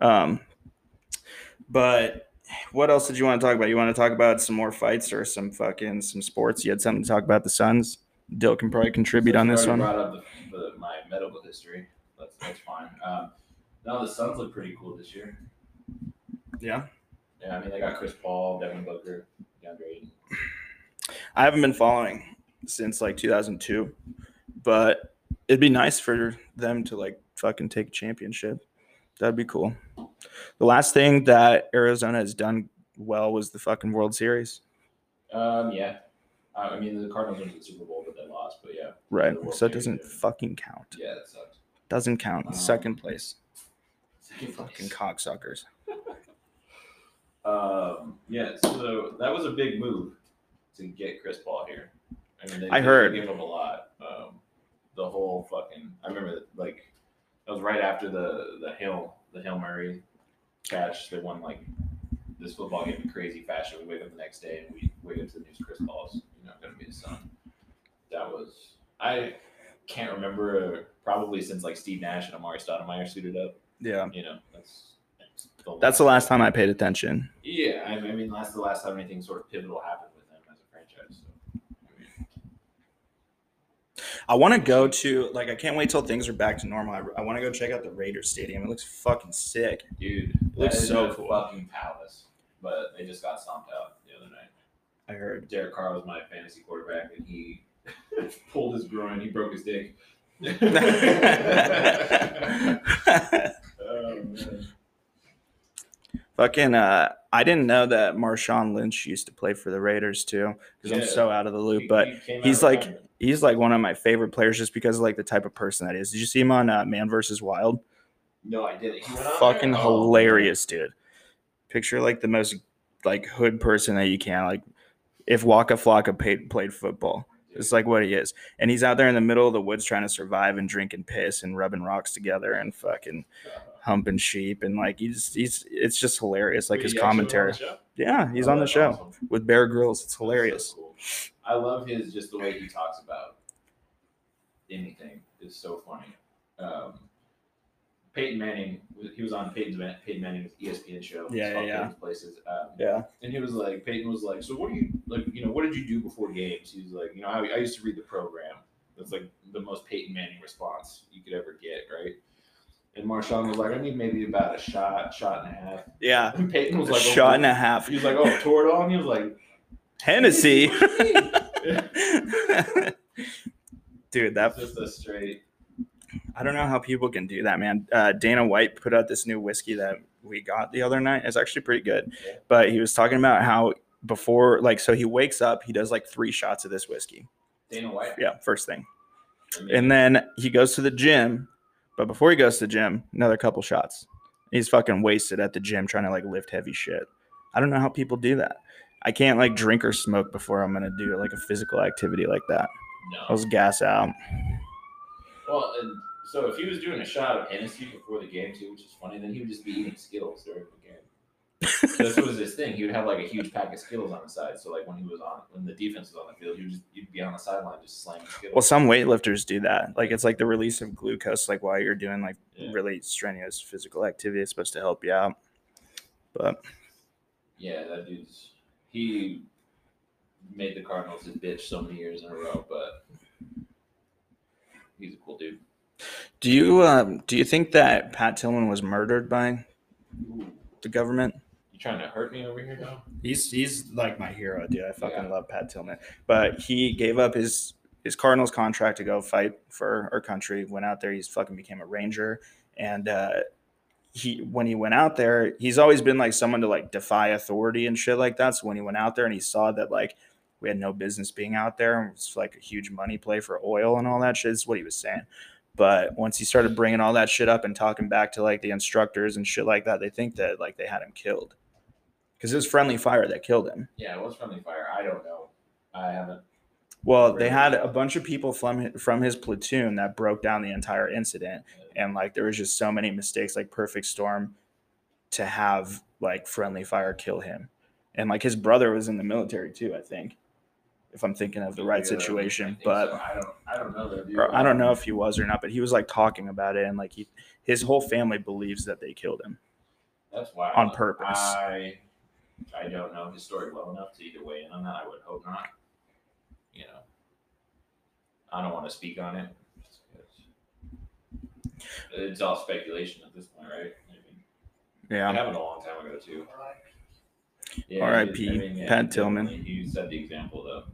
Speaker 1: Um, but what else did you want to talk about? You want to talk about some more fights or some fucking some sports? You had something to talk about the Suns. Dill can probably contribute
Speaker 2: Since
Speaker 1: on
Speaker 2: you
Speaker 1: this
Speaker 2: already
Speaker 1: one.
Speaker 2: Brought up the, the, my medical history. That's that's fine. Um, no, the Suns look pretty cool this year.
Speaker 1: Yeah.
Speaker 2: Yeah, I mean they got Chris Paul, Devin Booker, DeAndre Ayton.
Speaker 1: I haven't been following since like 2002, but it'd be nice for them to like fucking take a championship. That'd be cool. The last thing that Arizona has done well was the fucking World Series,
Speaker 2: Um, yeah. Uh, I mean the Cardinals went to the Super Bowl, but they lost. But yeah,
Speaker 1: right?
Speaker 2: The World
Speaker 1: So it
Speaker 2: Series,
Speaker 1: doesn't
Speaker 2: yeah.
Speaker 1: fucking count.
Speaker 2: yeah, that sucks. [laughs]
Speaker 1: Doesn't count. Second place.
Speaker 2: Second
Speaker 1: Fucking
Speaker 2: place.
Speaker 1: cocksuckers.
Speaker 2: Um, yeah, so that was a big move to get Chris Paul here. I mean, they,
Speaker 1: I
Speaker 2: they
Speaker 1: heard.
Speaker 2: gave up a lot. Um, the whole fucking. I remember like that was right after the the Hill the Hill Murray catch. They won like this football game in crazy fashion. We wake up the next day and we wake up to the news. Chris Paul's you know going to be the son. That was I can't remember uh, probably since like Steve Nash and Amari Stoudemire suited up.
Speaker 1: Yeah.
Speaker 2: You know that's that's the
Speaker 1: That's the last time I paid attention.
Speaker 2: yeah, I I mean, that's the last time anything sort of pivotal happened with them as a franchise. So, I mean,
Speaker 1: I want to go to, like, I can't wait till things are back to normal. I, I want to go check out the Raiders Stadium. It looks fucking sick.
Speaker 2: dude, that
Speaker 1: Looks
Speaker 2: is
Speaker 1: so
Speaker 2: a
Speaker 1: cool.
Speaker 2: fucking palace. But they just got stomped out the other night.
Speaker 1: I heard.
Speaker 2: Derek Carr was my fantasy quarterback, and he [laughs] pulled his groin. He broke his
Speaker 1: [laughs]
Speaker 2: dick. oh, man.
Speaker 1: [laughs] Fucking, uh, I didn't know that Marshawn Lynch used to play for the Raiders too, because I'm
Speaker 2: Yeah.
Speaker 1: so out of the loop.
Speaker 2: [laughs] He-
Speaker 1: But
Speaker 2: he came
Speaker 1: he's
Speaker 2: out
Speaker 1: like-
Speaker 2: retirement.
Speaker 1: he's like one of my favorite players just because of like the type of person that is. Did you see him on uh, Man versus Wild?
Speaker 2: no, I didn't. He went on
Speaker 1: Fucking
Speaker 2: there? Oh,
Speaker 1: hilarious, dude. Picture like the most like hood person that you can. Like if Waka Flocka paid, played football,
Speaker 2: dude.
Speaker 1: it's like what he is. And he's out there in the middle of the woods trying to survive and drinking piss and rubbing rocks together and fucking humping sheep and like he's he's it's just hilarious like
Speaker 2: Wait,
Speaker 1: his
Speaker 2: he actually was on the
Speaker 1: commentary
Speaker 2: show?
Speaker 1: yeah he's
Speaker 2: Oh,
Speaker 1: on the
Speaker 2: that's
Speaker 1: show
Speaker 2: awesome.
Speaker 1: with bear grylls it's
Speaker 2: That's so
Speaker 1: hilarious
Speaker 2: cool. I love his just the way he talks about anything is so funny. Um, Peyton Manning, he was on Peyton's Peyton Manning's E ESPN show.
Speaker 1: Yeah,
Speaker 2: it's
Speaker 1: yeah,
Speaker 2: called
Speaker 1: yeah.
Speaker 2: Peyton's Places. Um,
Speaker 1: yeah
Speaker 2: And he was like, Peyton was like, so what do you like? You know, what did you do before games? He was like, you know, I, I used to read the program. That's like the most Peyton Manning response you could ever get, right? And Marshawn was like, I need maybe about a shot, shot and a half. [laughs]
Speaker 1: yeah
Speaker 2: And Peyton was
Speaker 1: a
Speaker 2: like,
Speaker 1: shot and
Speaker 2: oh,
Speaker 1: a half
Speaker 2: He was like, oh, tore it on. He was like,
Speaker 1: hennessy
Speaker 2: Yeah.
Speaker 1: [laughs] dude [laughs] that
Speaker 2: It's just a straight.
Speaker 1: i don't know how people can do that man uh, dana white put out this new whiskey that we got the other night it's actually pretty good
Speaker 2: Yeah.
Speaker 1: but he was talking about how before like so he wakes up he does like three shots of this whiskey
Speaker 2: Dana White.
Speaker 1: yeah first thing
Speaker 2: I mean,
Speaker 1: And then he goes to the gym, but before he goes to the gym, another couple shots. He's fucking wasted at the gym trying to like lift heavy shit. I don't know how people do that. I can't like drink or smoke before I'm gonna do like a physical activity like that. I
Speaker 2: no.
Speaker 1: was gas out.
Speaker 2: Well, and so if he was doing a shot of Hennessy before the game too, which is funny, then he would just be eating Skittles during the game. this was his thing. He would have like a huge pack of Skittles on the side. So like when he was on, when the defense was on the field, you just you'd be on the sideline just slamming
Speaker 1: Well,
Speaker 2: Skittles.
Speaker 1: some weightlifters do that. Like it's like the release of glucose, like while you're doing like
Speaker 2: Yeah.
Speaker 1: really strenuous physical activity, it's supposed to help you out. But
Speaker 2: yeah, that dude's he made the Cardinals his bitch so many years in a row, but he's a cool dude.
Speaker 1: do you um, do you think that Pat Tillman was murdered by the government?
Speaker 2: You trying to hurt me over here, dog?
Speaker 1: He's he's like my hero, dude. I fucking love Pat Tillman. But he gave up his his Cardinals contract to go fight for our country. Went out there, he's fucking became a Ranger. And uh he when he went out there, he's always been like someone to like defy authority and shit like that. So when he went out there and he saw that like we had no business being out there and it's like a huge money play for oil and all that shit, is what he was saying. But once he started bringing all that shit up and talking back to like the instructors and shit like that, they think that like they had him killed because it was friendly fire that killed him.
Speaker 2: Yeah, it was friendly fire. I don't know. I haven't.
Speaker 1: Well, they
Speaker 2: Really?
Speaker 1: had a bunch of people from hi- from his platoon that broke down the entire incident, and like there was just so many mistakes, like perfect storm, to have like friendly fire kill him, and like his brother was in the military too, I think, if I'm thinking of the right
Speaker 2: Yeah, I
Speaker 1: situation.
Speaker 2: think
Speaker 1: But
Speaker 2: so. I don't. I don't know that. dude.
Speaker 1: or I don't know if he was or not, but he was like talking about it, and like he, his whole family believes that they killed him.
Speaker 2: That's why
Speaker 1: on purpose.
Speaker 2: I I don't know his story well enough to either weigh in on that. I would hope not. You know, I don't want to speak on it. just 'cause It's all speculation at this point, right? I mean, It
Speaker 1: Yeah,
Speaker 2: happened a long time ago too. Yeah,
Speaker 1: R.I.P.
Speaker 2: he- I mean, yeah,
Speaker 1: Pat Tillman.
Speaker 2: definitely. He set the example though.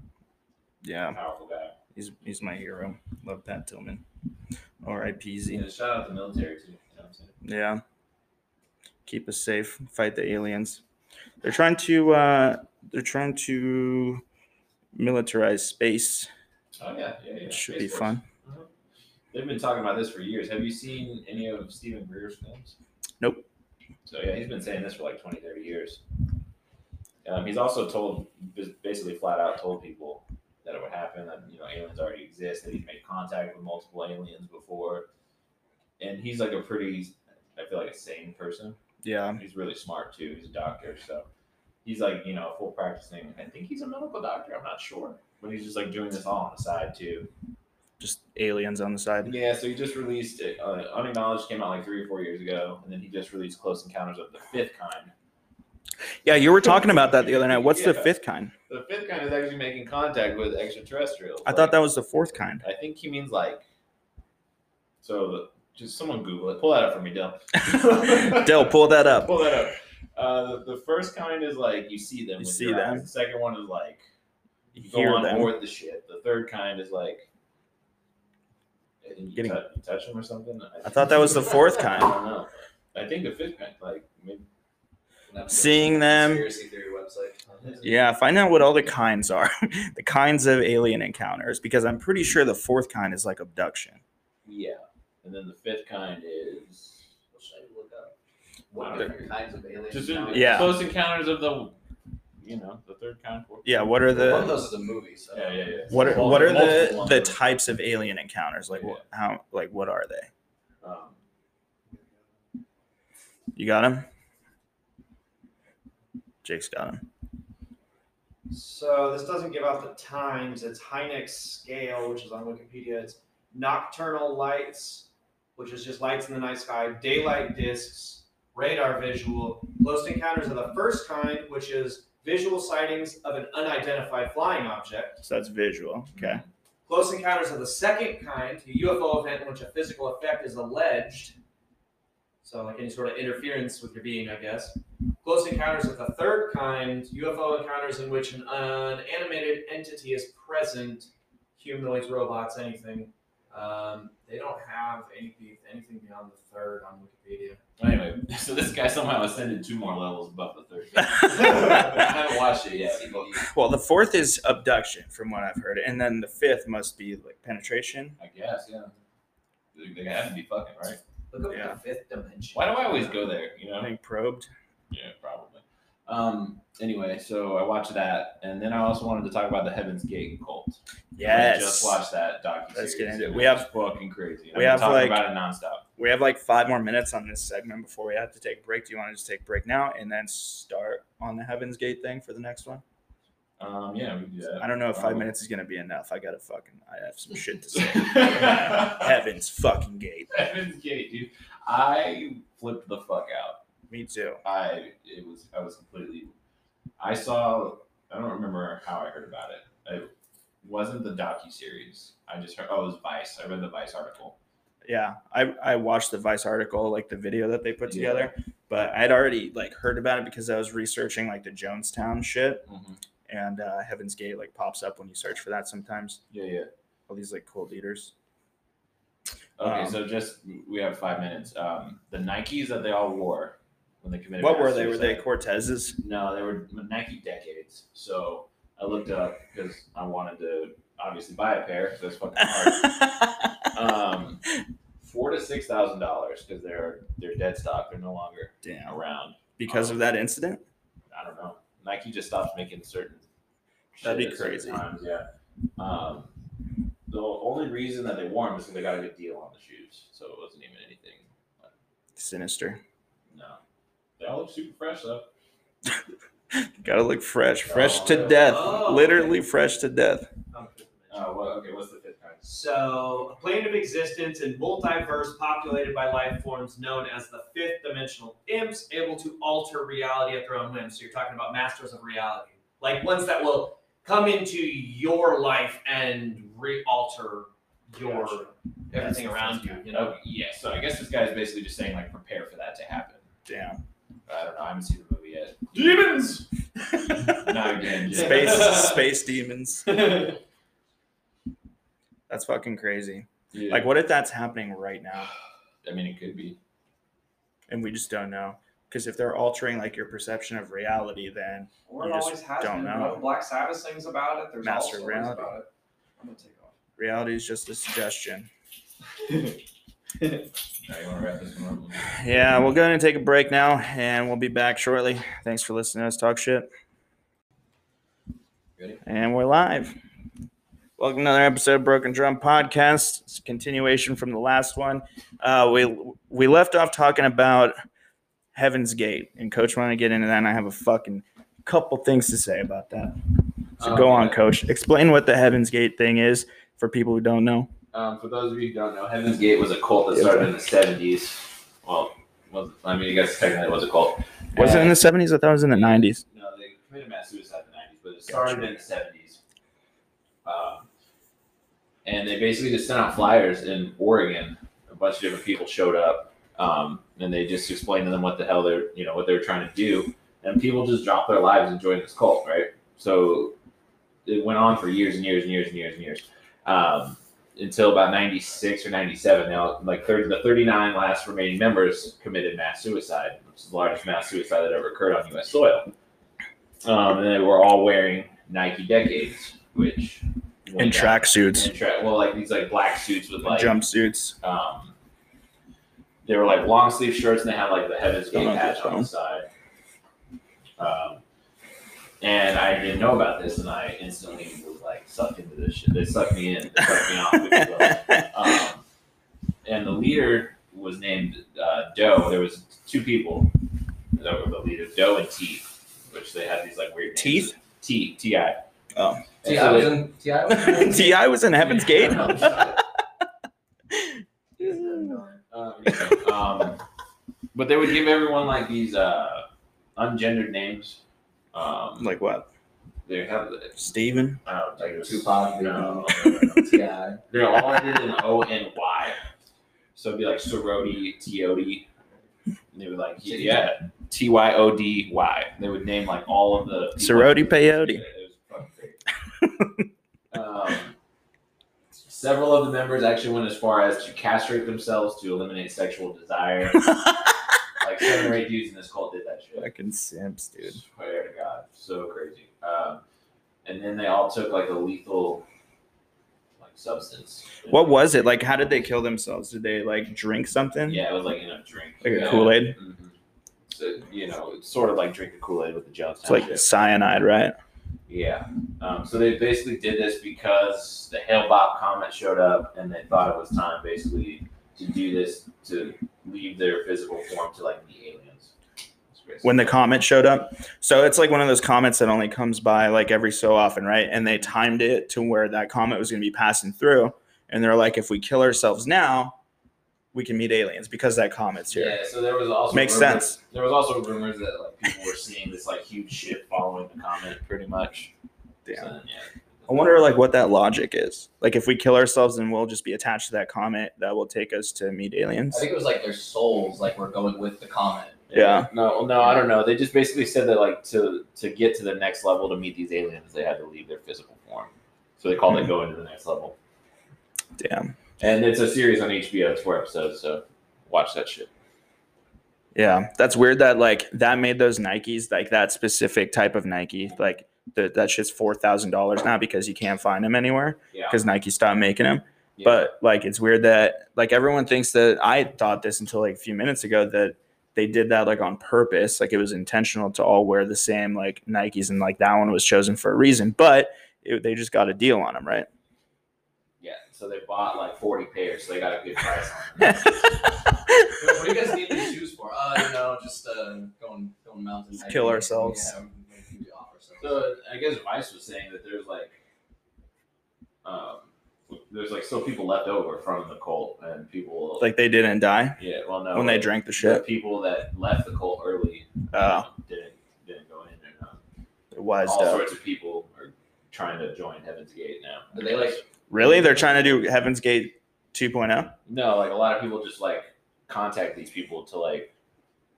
Speaker 1: yeah,
Speaker 2: Powerful guy.
Speaker 1: he's he's my hero. Love Pat Tillman. R.I.P.Z.
Speaker 2: Yeah, shout out the military too. You know what I'm saying?
Speaker 1: Yeah. Keep us safe. Fight the aliens. They're trying to uh they're trying to militarize space.
Speaker 2: Oh yeah, yeah, yeah.
Speaker 1: It should be
Speaker 2: Space Force.
Speaker 1: fun.
Speaker 2: They've been talking about this for years. Have you seen any of Stephen Greer's films?
Speaker 1: Nope.
Speaker 2: So yeah, he's been saying this for like 20, 30 years. Um, he's also told, bas- basically flat out told people that it would happen, that you know aliens already exist, that he's made contact with multiple aliens before, and he's like a pretty, I feel like a sane person.
Speaker 1: Yeah.
Speaker 2: He's really smart too. He's a doctor, so he's like you know full practicing. I think he's a medical doctor. I'm not sure, but he's just like doing this all on the side too.
Speaker 1: Just aliens on the side.
Speaker 2: Yeah, so he just released it. Uh, Unacknowledged came out like three or four years ago, and then he just released Close Encounters of the Fifth Kind.
Speaker 1: Yeah, you were talking about that the other night. What's the
Speaker 2: Yeah.
Speaker 1: fifth kind?
Speaker 2: The fifth kind is actually making contact with extraterrestrials.
Speaker 1: I thought that was the fourth
Speaker 2: [laughs]
Speaker 1: kind.
Speaker 2: I think he means like. So the- just someone Google it. Pull that up for me, Dell.
Speaker 1: Dell, pull that up.
Speaker 2: Pull that up. Uh, the, the first kind is like you see them.
Speaker 1: You
Speaker 2: with
Speaker 1: see
Speaker 2: your eyes.
Speaker 1: them.
Speaker 2: The second one is like you go
Speaker 1: Hear
Speaker 2: on
Speaker 1: them.
Speaker 2: board the ship. The third kind is like. I think You,
Speaker 1: Getting-
Speaker 2: tou- you touch them or something.
Speaker 1: I thought that
Speaker 2: [laughs]
Speaker 1: was the fourth
Speaker 2: I
Speaker 1: kind.
Speaker 2: don't know. I think the fifth kind, like maybe.
Speaker 1: Seeing them.
Speaker 3: Conspiracy theory website.
Speaker 1: Yeah, find out what all the kinds are. [laughs] the kinds of alien encounters because I'm pretty sure the fourth kind is like abduction.
Speaker 2: Yeah, and then the fifth kind is.
Speaker 3: What should I look up?
Speaker 2: Wow.
Speaker 3: What different kinds of aliens?
Speaker 2: Just
Speaker 3: now?
Speaker 1: Yeah.
Speaker 2: close encounters of the, you know, the third kind. Fourth.
Speaker 1: Yeah, what are
Speaker 3: One of
Speaker 1: the
Speaker 3: those is a movie. So.
Speaker 2: Yeah, yeah, yeah.
Speaker 1: what are, what are
Speaker 2: Multiple
Speaker 1: the
Speaker 2: ones.
Speaker 1: the types of alien encounters? Like wh- how like what are they?
Speaker 2: Um,
Speaker 1: You got him? Jake's got him.
Speaker 4: So this doesn't give out the times. It's Hynex scale, which is on Wikipedia. It's nocturnal lights, which is just lights in the night sky, daylight discs, radar visual, close encounters of the first kind, which is visual sightings of an unidentified flying object.
Speaker 1: So that's visual. Okay.
Speaker 4: Close encounters of the second kind, a UFO event in which a physical effect is alleged. So, like any sort of interference with your being, I guess. Close encounters of the third kind, UFO encounters in which an animated entity is present, humanoids, robots, anything. Um, they don't have anything, anything beyond the third on Wikipedia.
Speaker 2: Anyway, [laughs] so this guy somehow ascended two more levels above the
Speaker 1: [laughs]
Speaker 2: third. [laughs] I haven't watched it yet. but
Speaker 1: [laughs] Well, the fourth is abduction, from what I've heard, and then the fifth must be like penetration.
Speaker 2: I guess, yeah. They they have to be fucking right.
Speaker 3: Look up
Speaker 1: Yeah.
Speaker 3: the fifth dimension.
Speaker 2: Why do I always go there? You know.
Speaker 1: I think probed.
Speaker 2: Yeah, probably. Um. Anyway, so I watched that, and then I also wanted to talk about the Heaven's Gate cult. I just
Speaker 1: Yes.
Speaker 2: watched that docu.
Speaker 1: Let's get into it. We have-
Speaker 2: fucking crazy. I've
Speaker 1: we
Speaker 2: been
Speaker 1: have,
Speaker 2: talking
Speaker 1: like-
Speaker 2: about it nonstop.
Speaker 1: We have like five more minutes on this segment before we have to take a break. Do you want to just take a break now and then start on the Heaven's Gate thing for the next one?
Speaker 2: Um. Yeah. We can do
Speaker 1: I don't know if five
Speaker 2: Um,
Speaker 1: minutes is gonna be enough. I gotta fucking I have some shit to say. [laughs]
Speaker 2: that. [laughs]
Speaker 1: Heaven's fucking gate.
Speaker 2: Heaven's Gate, dude. I flipped the fuck out.
Speaker 1: Me too.
Speaker 2: I it was I was completely I saw I don't remember how I heard about it. It wasn't the docu series. I just heard oh it was Vice. I read the Vice article.
Speaker 1: Yeah. I, I watched the Vice article, like the video that they put
Speaker 2: Yeah.
Speaker 1: together. But I'd already like heard about it because I was researching like the Jonestown shit, and uh, Heaven's Gate like pops up when you search for that sometimes.
Speaker 2: Yeah, yeah.
Speaker 1: All these like cult leaders.
Speaker 2: Okay,
Speaker 1: Um,
Speaker 2: so just we have five minutes. Um, the Nikes that they all wore when they committed.
Speaker 1: What
Speaker 2: mass
Speaker 1: were they? Were they
Speaker 2: suicide. [laughs]
Speaker 1: Cortezes?
Speaker 2: No, they were Nike decades. So I looked up because I wanted to obviously buy a pair because that's fucking
Speaker 1: [laughs]
Speaker 2: hard. um, four to six thousand dollars because they're they're dead stock. They're no longer
Speaker 1: Damn.
Speaker 2: around.
Speaker 1: Because of that incident?
Speaker 2: I don't know. Nike just stops making certain.
Speaker 1: That'd be
Speaker 2: shit at certain
Speaker 1: crazy.
Speaker 2: Times, yeah. Um, the only reason that they wore them is because they got a good deal on the shoes, so it wasn't even anything.
Speaker 1: Sinister.
Speaker 2: No, they all look super fresh though.
Speaker 1: Gotta look fresh. Fresh
Speaker 2: Oh,
Speaker 1: to
Speaker 2: yeah.
Speaker 1: death.
Speaker 4: Oh.
Speaker 1: Literally fresh to death.
Speaker 2: Uh, well, okay, what's the fifth kind?
Speaker 4: So, a plane of existence and multiverse populated by life forms known as the fifth dimensional imps, able to alter reality at their own whim. So, you're talking about masters of reality, like ones that will come into your life and re alter your
Speaker 2: Gotcha.
Speaker 4: everything around you. You know,
Speaker 2: Oh, yeah. So I guess this guy is basically just saying like prepare for that to happen. [laughs]
Speaker 1: Damn.
Speaker 2: I don't know. I haven't seen the movie yet.
Speaker 4: demons.
Speaker 2: Not [laughs] again. Jim.
Speaker 1: Space space
Speaker 2: [laughs]
Speaker 1: demons. That's fucking crazy.
Speaker 2: Yeah.
Speaker 1: Like what if that's happening right now
Speaker 2: I mean, it could be.
Speaker 1: and we just don't know? Because if they're altering like your perception of reality, then
Speaker 3: Or
Speaker 1: You
Speaker 3: it
Speaker 1: just
Speaker 3: always has been.
Speaker 1: don't know.
Speaker 3: What Black Sabbath sings about it. There's all
Speaker 1: Master
Speaker 3: stories
Speaker 1: reality.
Speaker 3: about it. I'm gonna take off.
Speaker 1: reality is just a suggestion.
Speaker 2: Now you want to wrap this one up?
Speaker 1: Yeah, we'll go ahead and take a break now and we'll be back shortly. Thanks for listening to us talk shit.
Speaker 2: Ready?
Speaker 1: And we're live. Welcome to another episode of Broken Drum Podcast. It's a continuation from the last one. Uh, we we left off talking about Heaven's Gate, and Coach wanted to get into that, and I have a fucking couple things to say about that. So
Speaker 2: Um,
Speaker 1: go on,
Speaker 2: yeah.
Speaker 1: Coach. Explain what the Heaven's Gate thing is for people who don't know.
Speaker 2: Um, for those of you who don't know, Heaven's Gate was a cult that
Speaker 1: Yeah.
Speaker 2: started in the seventies. Well, was I mean, I guess technically it was a cult.
Speaker 1: Was it in
Speaker 2: And-
Speaker 1: the 70s? I thought it was in the 90s.
Speaker 2: No, they committed mass suicide in the nineties, but it started in the seventies. Um, and they basically just sent out flyers in Oregon. A bunch of different people showed up, um, and they just explained to them what the hell they're, you know, what they're trying to do. And people just dropped their lives and joined this cult, right? So it went on for years and years and years and years and years. Um, until about 96 or 97 now like 30, the 39 last remaining members committed mass suicide which is the largest mass suicide that ever occurred on u.s soil um, and they were all wearing Nike decades, which
Speaker 1: In tracksuits,
Speaker 2: in track, well, like these like black suits with like
Speaker 1: jumpsuits.
Speaker 2: um, they were like long sleeve shirts, and they had like the Heaven's Gate
Speaker 1: Don't know
Speaker 2: patch
Speaker 1: if
Speaker 2: on the side. Um, and I didn't know about this, and I instantly was like sucked into this shit. They sucked me in, they sucked me off. If you will
Speaker 1: [laughs]
Speaker 2: um, and the leader was named uh, Doe. There was two people that were the leader, Doe and Teeth, which they had these like weird names.
Speaker 1: Teeth?
Speaker 2: T T I.
Speaker 1: Oh.
Speaker 2: And so
Speaker 1: [laughs]
Speaker 2: they-
Speaker 1: Ti was in Heaven's
Speaker 5: [laughs]
Speaker 1: Gate. [laughs]
Speaker 2: Um, yeah, um, but they would give everyone like these uh, ungendered names. Um,
Speaker 1: like what?
Speaker 2: they have,
Speaker 1: [laughs] Steven?
Speaker 2: I don't know, like uh, it was-
Speaker 3: Tupac,
Speaker 2: No,
Speaker 3: Biggie.
Speaker 2: no, no, no.
Speaker 3: Yeah.
Speaker 2: They're all ended in O and Y. So it'd be like sorority, T-O-D. And they would like, yeah, T-Y-O-D-Y. They would name like all of the. people.
Speaker 1: Sorority peyote.
Speaker 2: It was fucking crazy. um, several of the members actually went as far as to castrate themselves to eliminate sexual desire. like seven or eight dudes in this cult did that shit.
Speaker 1: Fucking simps, dude.
Speaker 2: Swear to God, so crazy. Um, and then they all took like a lethal, like substance.
Speaker 1: What was it? Like, how did they kill themselves? Did they, like, drink something?
Speaker 2: Yeah, it was like in a drink.
Speaker 1: Like a
Speaker 2: yeah.
Speaker 1: Kool Aid?
Speaker 2: Mhm. So you know, it's sort of like drinking Kool Aid with the Jonestown
Speaker 1: It's like
Speaker 2: shit.
Speaker 1: cyanide, right?
Speaker 2: Yeah. Um, so they basically did this because the Hail Bop comment showed up, and they thought it was time basically to do this to leave their physical form to like the aliens. That's basically-
Speaker 1: When the comet showed up. So it's like one of those comets that only comes by, like, every so often, right? And they timed it to where that comet was going to be passing through. And they're like, if we kill ourselves now, we can meet aliens because that comet's here.
Speaker 2: Yeah, so there was also
Speaker 1: Makes
Speaker 2: rumors-
Speaker 1: sense.
Speaker 2: There was also rumors that like people were seeing this like huge ship following the comet, pretty much.
Speaker 1: Damn.
Speaker 2: So, yeah.
Speaker 1: I wonder like what that logic is. Like if we kill ourselves and we'll just be attached to that comet, that will take us to meet
Speaker 3: I
Speaker 1: aliens.
Speaker 3: think it was like their souls, like were going with the comet.
Speaker 1: Yeah.
Speaker 2: No, no, I don't know. They just basically said that like to to get to the next level to meet these aliens, they had to leave their physical form. So they
Speaker 1: Hmm.
Speaker 2: called it going to the next level.
Speaker 1: Damn.
Speaker 2: And it's a series on HBO. It's four episodes, so watch that shit.
Speaker 1: Yeah, that's weird that like that made those Nikes like that specific type of Nike like the, that shit's four thousand dollars now because you can't find them anywhere
Speaker 2: Yeah.
Speaker 1: because Nike stopped making them.
Speaker 2: Yeah.
Speaker 1: But like it's weird that like everyone thinks that I thought this until like a few minutes ago that they did that like on purpose, like it was intentional to all wear the same like Nikes and like that one was chosen for a reason, but it, they just got a deal on them, right?
Speaker 2: yeah. So they bought like forty pairs. So they got a good price.
Speaker 1: [laughs]
Speaker 5: what do you guys need these shoes for? Uh, you know, just uh, going going mountain
Speaker 1: Just
Speaker 5: hiking.
Speaker 1: kill ourselves.
Speaker 5: Yeah, we- we off ourselves.
Speaker 2: So I guess Vice was saying that there's like, um, there's like still people left over from the cult, and people
Speaker 1: like they didn't die
Speaker 2: yeah, well, no,
Speaker 1: when they
Speaker 2: like,
Speaker 1: drank the
Speaker 2: the
Speaker 1: shit.
Speaker 2: people that left the cult early
Speaker 1: Uh,
Speaker 2: um, didn't didn't go in, and um,
Speaker 1: it was
Speaker 2: all
Speaker 1: dope.
Speaker 2: sorts of people are trying to join Heaven's Gate now.
Speaker 5: Are they like
Speaker 1: Really? They're trying to do Heaven's Gate oh? 2.0?
Speaker 2: No, like a lot of people just like contact these people to like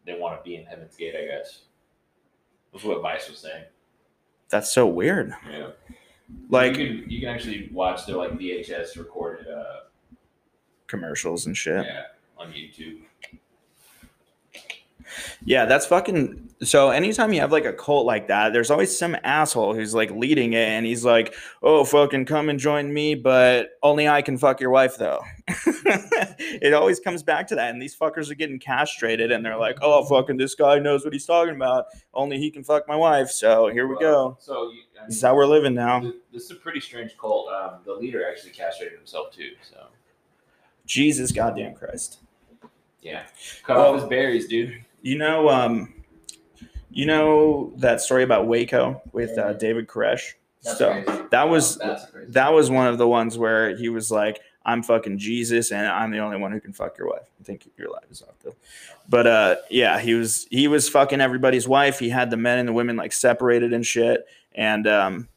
Speaker 2: they want to be in Heaven's Gate. I guess that's what Vice was saying.
Speaker 1: That's so weird.
Speaker 2: Yeah.
Speaker 1: Like
Speaker 2: you can, you can actually watch their like VHS recorded uh,
Speaker 1: commercials and shit.
Speaker 2: yeah on YouTube.
Speaker 1: Yeah, that's fucking. So anytime you have like a cult like that, there's always some asshole who's like leading it, and he's like, "Oh, fucking come and join me, but only I can fuck your wife, though." [laughs] it always comes back to that, and these fuckers are getting castrated, and they're like, "Oh, fucking this guy knows what he's talking about. Only he can fuck my wife." So here we go.
Speaker 2: So you, I mean,
Speaker 1: This is how we're living now.
Speaker 2: th- This is a pretty strange cult. Um, the leader actually castrated himself too. So
Speaker 1: Jesus, goddamn Christ.
Speaker 2: yeah, cut
Speaker 1: Well-
Speaker 2: off his berries, dude.
Speaker 1: [laughs] You know, um, you know that story about Waco with uh, David Koresh.
Speaker 5: that's
Speaker 1: so
Speaker 5: crazy.
Speaker 1: that was
Speaker 5: that's crazy.
Speaker 1: that was one of the ones where he was like, "I'm fucking Jesus, and I'm the only one who can fuck your wife." I think your life is off though, but uh, yeah, he was he was fucking everybody's wife. He had the men and the women like separated and shit. And um,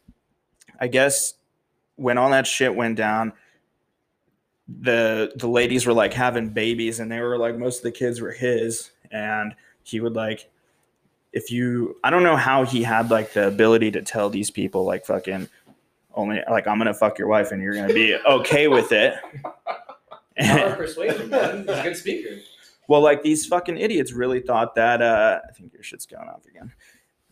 Speaker 1: I guess when all that shit went down, the the ladies were like having babies, and they were like most of the kids were his, and he would like. If you, I don't know how he had like the ability to tell these people, like, fucking, only like I'm gonna fuck your wife and you're gonna be okay with it. [laughs]
Speaker 5: Power of persuasion. Man. He's a good speaker.
Speaker 1: well, like these fucking idiots really thought that uh I think your shit's going off again.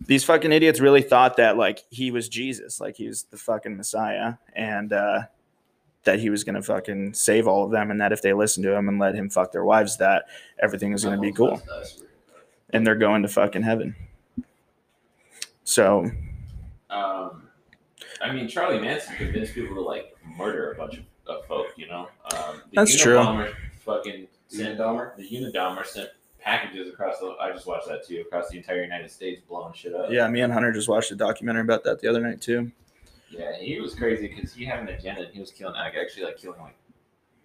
Speaker 1: These fucking idiots really thought that like he was Jesus, like he was the fucking Messiah, and uh that he was gonna fucking save all of them, and that if they listened to him and let him fuck their wives, that everything was gonna be cool, and they're going to fucking heaven. So
Speaker 2: Um, I mean, Charlie Manson convinced people to like murder a bunch of, of folk. You know, um, the
Speaker 1: That's true.
Speaker 2: Unabomber Fucking sent
Speaker 5: Unabomber?
Speaker 2: the Unabomber sent packages across the. I just watched that too across the entire United States, blowing shit up.
Speaker 1: yeah, me and Hunter just watched a documentary about that the other night too.
Speaker 2: Yeah, he was crazy because he had an agenda. and He was killing, like, actually, like killing like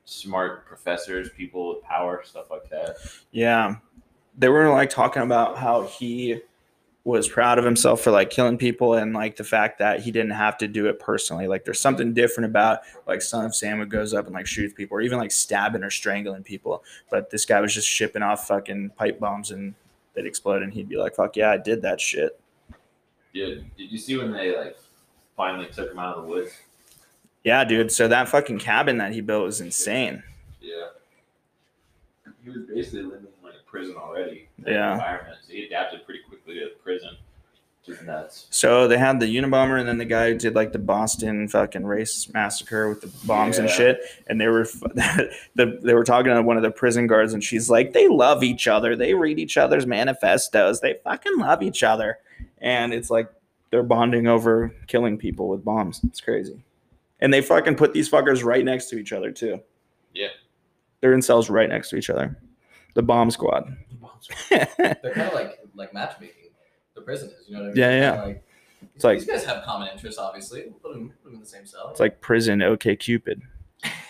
Speaker 2: smart professors, people with power, stuff like that.
Speaker 1: Yeah. They were like talking about how he was proud of himself for like killing people and like the fact that he didn't have to do it personally. Like there's something different about like Son of Sam who goes up and like shoots people or even like stabbing or strangling people. But this guy was just shipping off fucking pipe bombs and they'd explode and he'd be like, fuck yeah, I did that shit.
Speaker 2: Dude, did you see when they like finally took him out of the woods?
Speaker 1: Yeah, dude. So that fucking cabin that he built was insane.
Speaker 2: Yeah. He was basically living in like a prison already. that
Speaker 1: Yeah.
Speaker 2: Environment. So he adapted pretty quickly to prison, which is nuts.
Speaker 1: So they had the Unabomber and then the guy who did like the Boston fucking race massacre with the bombs and
Speaker 2: Yeah.
Speaker 1: shit. And they were [laughs] the, they were talking to one of the prison guards and she's like, they love each other. They read each other's manifestos. They fucking love each other. And it's like they're bonding over killing people with bombs. It's crazy. And they fucking put these fuckers right next to each other too.
Speaker 2: Yeah.
Speaker 1: They're in cells right next to each other. The bomb squad. [laughs] it's
Speaker 5: They're kind of like like matchmaking. The prisoners, you know what I mean?
Speaker 1: Yeah, yeah.
Speaker 5: Kinda Like,
Speaker 1: It's like-
Speaker 5: these guys have common interests, obviously. We'll put them, put them in the same cell. [laughs]
Speaker 1: like prison OK Cupid.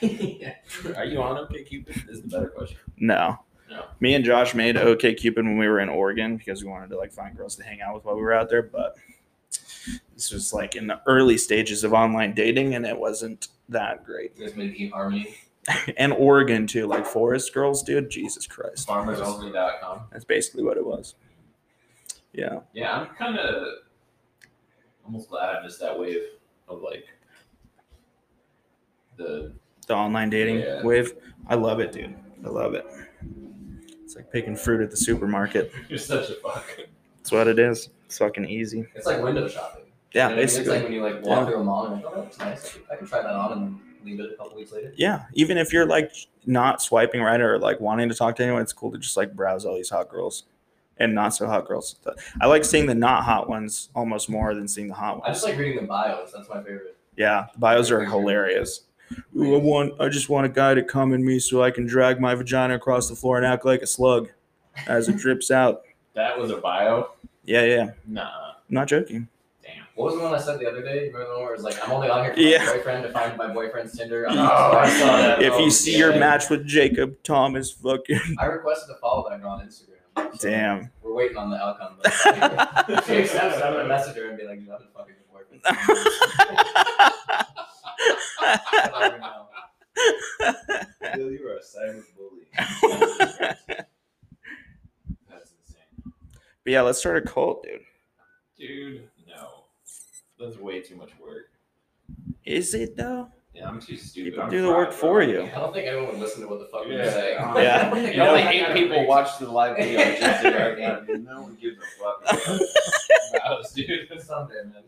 Speaker 5: yeah.
Speaker 2: [laughs] Are you on OKCupid? Is the better question.
Speaker 1: No.
Speaker 2: No.
Speaker 1: Me and Josh made OK Cupid when we were in Oregon because we wanted to like find girls to hang out with while we were out there, but this was like in the early stages of online dating and it wasn't that great.
Speaker 5: You guys made E Harmony.
Speaker 1: and Oregon too, like forest girls, dude. Jesus Christ,
Speaker 2: FarmersOnly.com.
Speaker 1: that's basically what it was. Yeah,
Speaker 2: Yeah, I'm kind of almost glad I missed that wave of like the
Speaker 1: the online dating
Speaker 2: Yeah.
Speaker 1: wave. I love it, dude. I love it. It's like picking fruit at the supermarket.
Speaker 2: you're such a fuck.
Speaker 1: That's what it is. It's fucking easy.
Speaker 5: It's like window shopping.
Speaker 1: Yeah,
Speaker 5: You know what I mean? It's
Speaker 1: basically.
Speaker 5: like when you like walk
Speaker 1: Yeah.
Speaker 5: through a mall and you're like, oh, that's nice. I can try that on and leave it a couple weeks later.
Speaker 1: yeah, even if you're like not swiping right or like wanting to talk to anyone, it's cool to just like browse all these hot girls and not so hot girls. I like seeing the not hot ones almost more than seeing the hot
Speaker 5: I just
Speaker 1: ones.
Speaker 5: like reading the bios. That's my favorite.
Speaker 1: Yeah, the bios are hilarious. Ooh, I want, I just want a guy to come in me so I can drag my vagina across the floor and act like a slug as it drips out.
Speaker 2: That was a bio.
Speaker 1: Yeah, yeah, I'm
Speaker 2: Nah,
Speaker 1: not joking.
Speaker 2: damn.
Speaker 5: [laughs] What was the one I said the other day? Remember the one where it was like, I'm only on here for
Speaker 1: Yeah.
Speaker 5: my boyfriend to find my boyfriend's Tinder. I'm
Speaker 2: Oh,
Speaker 5: not
Speaker 2: I
Speaker 5: smart.
Speaker 2: saw that.
Speaker 1: If
Speaker 2: Oh,
Speaker 1: you see
Speaker 2: yeah.
Speaker 1: your match with Jacob Thomas, fucking [laughs]
Speaker 5: I requested a follow back on Instagram.
Speaker 2: [laughs]
Speaker 5: So
Speaker 1: damn.
Speaker 5: We're waiting on the outcome.
Speaker 1: [laughs]
Speaker 5: But [laughs]
Speaker 4: [laughs]
Speaker 5: she accepts, it, I'm gonna message her and be like, "Dude, I've been fucking your boyfriend.
Speaker 2: [laughs]
Speaker 5: Right
Speaker 1: [laughs]
Speaker 5: now.
Speaker 2: Bill, you are a cyber bully.
Speaker 1: [laughs]
Speaker 2: That's insane.
Speaker 1: But yeah, let's start a cult, dude.
Speaker 2: Dude, no. That's way too much work.
Speaker 1: Is it though?
Speaker 2: Yeah, I'm too stupid.
Speaker 1: People
Speaker 2: I'm
Speaker 1: do the
Speaker 2: fried,
Speaker 1: work
Speaker 2: bro.
Speaker 1: for you.
Speaker 5: I don't think anyone would listen to what the fuck we
Speaker 2: Yeah.
Speaker 5: were saying.
Speaker 1: Yeah.
Speaker 5: [laughs] I think
Speaker 2: You know,
Speaker 5: only
Speaker 2: like eight people
Speaker 5: [laughs]
Speaker 2: watched the live [laughs] video
Speaker 5: video
Speaker 2: just
Speaker 5: just
Speaker 2: did
Speaker 5: did
Speaker 2: our
Speaker 5: our
Speaker 2: No one gives a fuck. Wow, dude.
Speaker 5: [laughs] watched Sunday, man.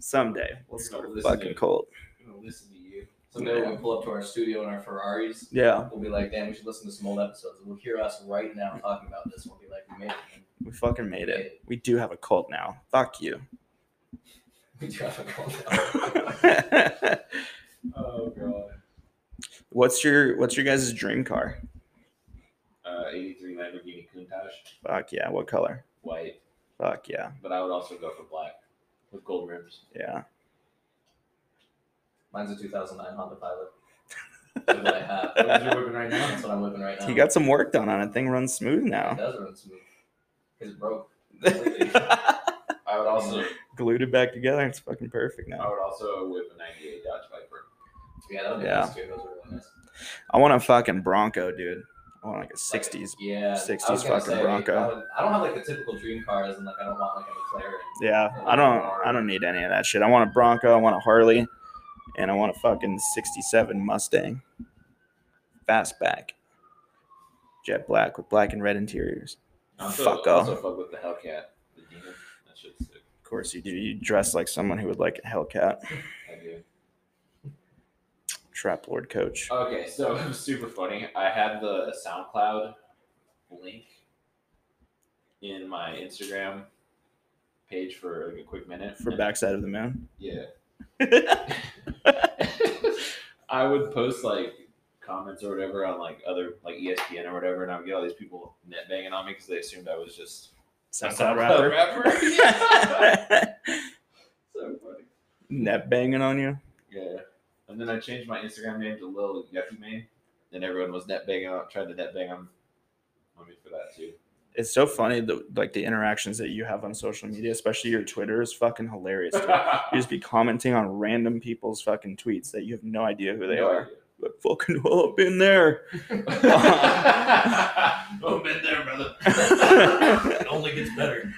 Speaker 1: Someday we'll
Speaker 2: You're
Speaker 1: start
Speaker 2: gonna
Speaker 1: a
Speaker 2: listen
Speaker 1: fucking
Speaker 2: to-
Speaker 1: cult.
Speaker 2: I'm gonna listen to you.
Speaker 5: Someday when we pull up to our studio in our Ferraris,
Speaker 1: Yeah,
Speaker 5: we'll be like, "Damn, we should listen to some old episodes." We'll hear us right now talking about this. We'll be like, "We made it." man.
Speaker 1: we fucking made it. We do have a cult now. Fuck you.
Speaker 5: We do have a call now."
Speaker 2: [laughs] [laughs] Oh god.
Speaker 1: what's your What's your guys' dream car?
Speaker 2: Uh, 83 Lamborghini Countach,
Speaker 1: Fuck yeah. What color?
Speaker 2: white,
Speaker 1: Fuck yeah.
Speaker 2: but I would also go for black with gold rims.
Speaker 1: Yeah.
Speaker 5: Mine's a 2009 Honda Pilot. That's what I have.
Speaker 4: What is your weapon right now?
Speaker 5: That's what I'm whipping right now.
Speaker 1: You got some work done on it. Thing runs smooth
Speaker 2: [laughs]
Speaker 5: It
Speaker 1: now.
Speaker 5: does run smooth. It's broke.
Speaker 2: I would also,
Speaker 1: Glued it back together. It's fucking perfect now.
Speaker 2: I would also whip a 98 Dodge Viper.
Speaker 5: Yeah, that would be
Speaker 1: Yeah.
Speaker 5: nice too. Those are really nice.
Speaker 1: I want a fucking Bronco, dude. I want like a '60s.
Speaker 5: Yeah. I was
Speaker 1: 60s
Speaker 5: gonna
Speaker 1: fucking
Speaker 5: say,
Speaker 1: Bronco.
Speaker 5: I, would- I don't have like the typical dream cars, and like I don't want like a McLaren.
Speaker 1: Yeah. I don't. I don't need any of that shit. I want a Bronco. I want a Harley, and I want a fucking '67 Mustang. Fastback. Jet black with black and red interiors.
Speaker 2: I Also,
Speaker 1: Fuck
Speaker 2: also fuck with the Hellcat, the Demon. That shit's sick.
Speaker 1: Of course you do. You dress like someone who would like a Hellcat.
Speaker 2: I do.
Speaker 1: Trap Lord Coach.
Speaker 2: Okay, so [laughs] it was super funny. I had the SoundCloud link in my Instagram page for like a quick minute.
Speaker 1: For
Speaker 2: and-
Speaker 1: backside of the
Speaker 2: [laughs]
Speaker 1: moon.
Speaker 2: Yeah. I would post like comments or whatever on like other like E ESPN or whatever, and I would get all these people net banging on me because they assumed I was just a
Speaker 1: SoundCloud
Speaker 2: SoundCloud
Speaker 1: rapper.
Speaker 2: rapper.
Speaker 1: [laughs]
Speaker 2: [laughs] Yeah. so funny.
Speaker 1: Net banging on you.
Speaker 2: Yeah. And then I changed my Instagram name to Lil Yucky Man. And everyone was net banging on, trying to net bang on, on me for that
Speaker 1: [laughs]
Speaker 2: too.
Speaker 1: It's so funny the like the interactions that you have on social media, especially your Twitter, is fucking hilarious. dude. You
Speaker 2: [laughs]
Speaker 1: just be commenting on random people's fucking tweets that you have no idea who they
Speaker 2: No
Speaker 1: are.
Speaker 2: [laughs]
Speaker 1: But fucking well, I've been there.
Speaker 2: idea. oh, been there, brother.
Speaker 5: It only gets better.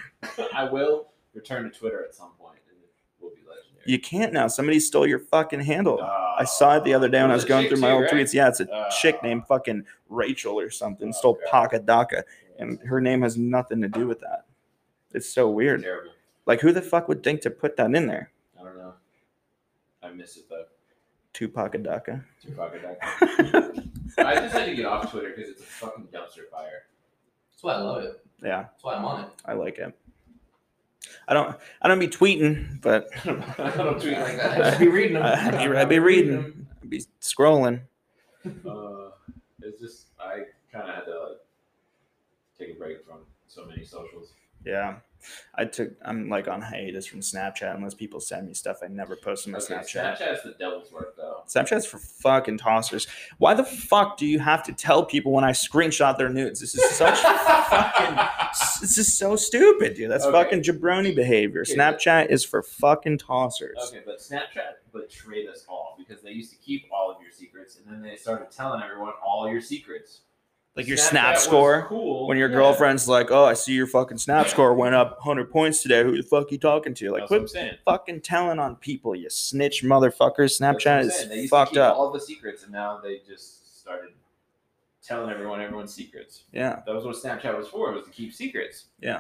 Speaker 2: I will return to Twitter at some point, and it will be legendary.
Speaker 1: You can't now. Somebody stole your fucking handle.
Speaker 2: Ah.
Speaker 1: I saw it the other day when I was
Speaker 2: a
Speaker 1: going
Speaker 2: chick
Speaker 1: through my
Speaker 2: too,
Speaker 1: old
Speaker 2: right?
Speaker 1: tweets. Yeah, it's a
Speaker 2: Ah.
Speaker 1: chick named fucking Rachel or something.
Speaker 2: Oh,
Speaker 1: stole
Speaker 2: God.
Speaker 1: Paka Daka, and her name has nothing to do with that. It's so weird.
Speaker 2: Terrible.
Speaker 1: Like, who the fuck would think to put that in there?
Speaker 2: I don't know. I miss it though.
Speaker 1: Two Paka [laughs] Daka.
Speaker 2: Tupac and Dr. I just had to get off Twitter because it's a fucking dumpster fire.
Speaker 5: That's why I love it.
Speaker 1: yeah,
Speaker 5: That's why I'm on it.
Speaker 1: I like it. I don't. I don't be tweeting, but
Speaker 2: I don't tweet like
Speaker 5: I
Speaker 2: that.
Speaker 1: [laughs]
Speaker 5: just be reading them.
Speaker 1: I, would be, I be reading. I'd be scrolling.
Speaker 2: uh, it's just I kind of had to like take a break from so many socials.
Speaker 1: Yeah. I took I'm like on hiatus from Snapchat unless people send me stuff I never post on my
Speaker 2: Okay,
Speaker 1: Snapchat.
Speaker 2: Snapchat's the devil's work though.
Speaker 1: Snapchat's for fucking tossers. Why the fuck do you have to tell people when I screenshot their nudes? This
Speaker 2: [laughs]
Speaker 1: is such fucking this is so stupid, dude. That's
Speaker 2: Okay.
Speaker 1: fucking jabroni behavior.
Speaker 2: Okay.
Speaker 1: Snapchat is for fucking tossers.
Speaker 2: Okay, but Snapchat betrayed us all because they used to keep all of your secrets and then they started telling everyone all your secrets.
Speaker 1: Like your
Speaker 2: Snapchat
Speaker 1: snap
Speaker 2: was
Speaker 1: score.
Speaker 2: Cool.
Speaker 1: When your
Speaker 2: Yeah.
Speaker 1: girlfriend's like, "Oh, I see your fucking snap score went up 100 points today. Who the fuck you talking to?" Like,
Speaker 2: That's what
Speaker 1: quit
Speaker 2: I'm saying.
Speaker 1: fucking telling on people, you snitch motherfuckers.
Speaker 2: That's what I'm
Speaker 1: Snapchat
Speaker 2: saying. They
Speaker 1: is
Speaker 2: used
Speaker 1: fucked
Speaker 2: to keep
Speaker 1: up.
Speaker 2: All the secrets, and now they just started telling everyone everyone's secrets.
Speaker 1: yeah,
Speaker 2: That was what Snapchat was for. Was to keep secrets.
Speaker 1: because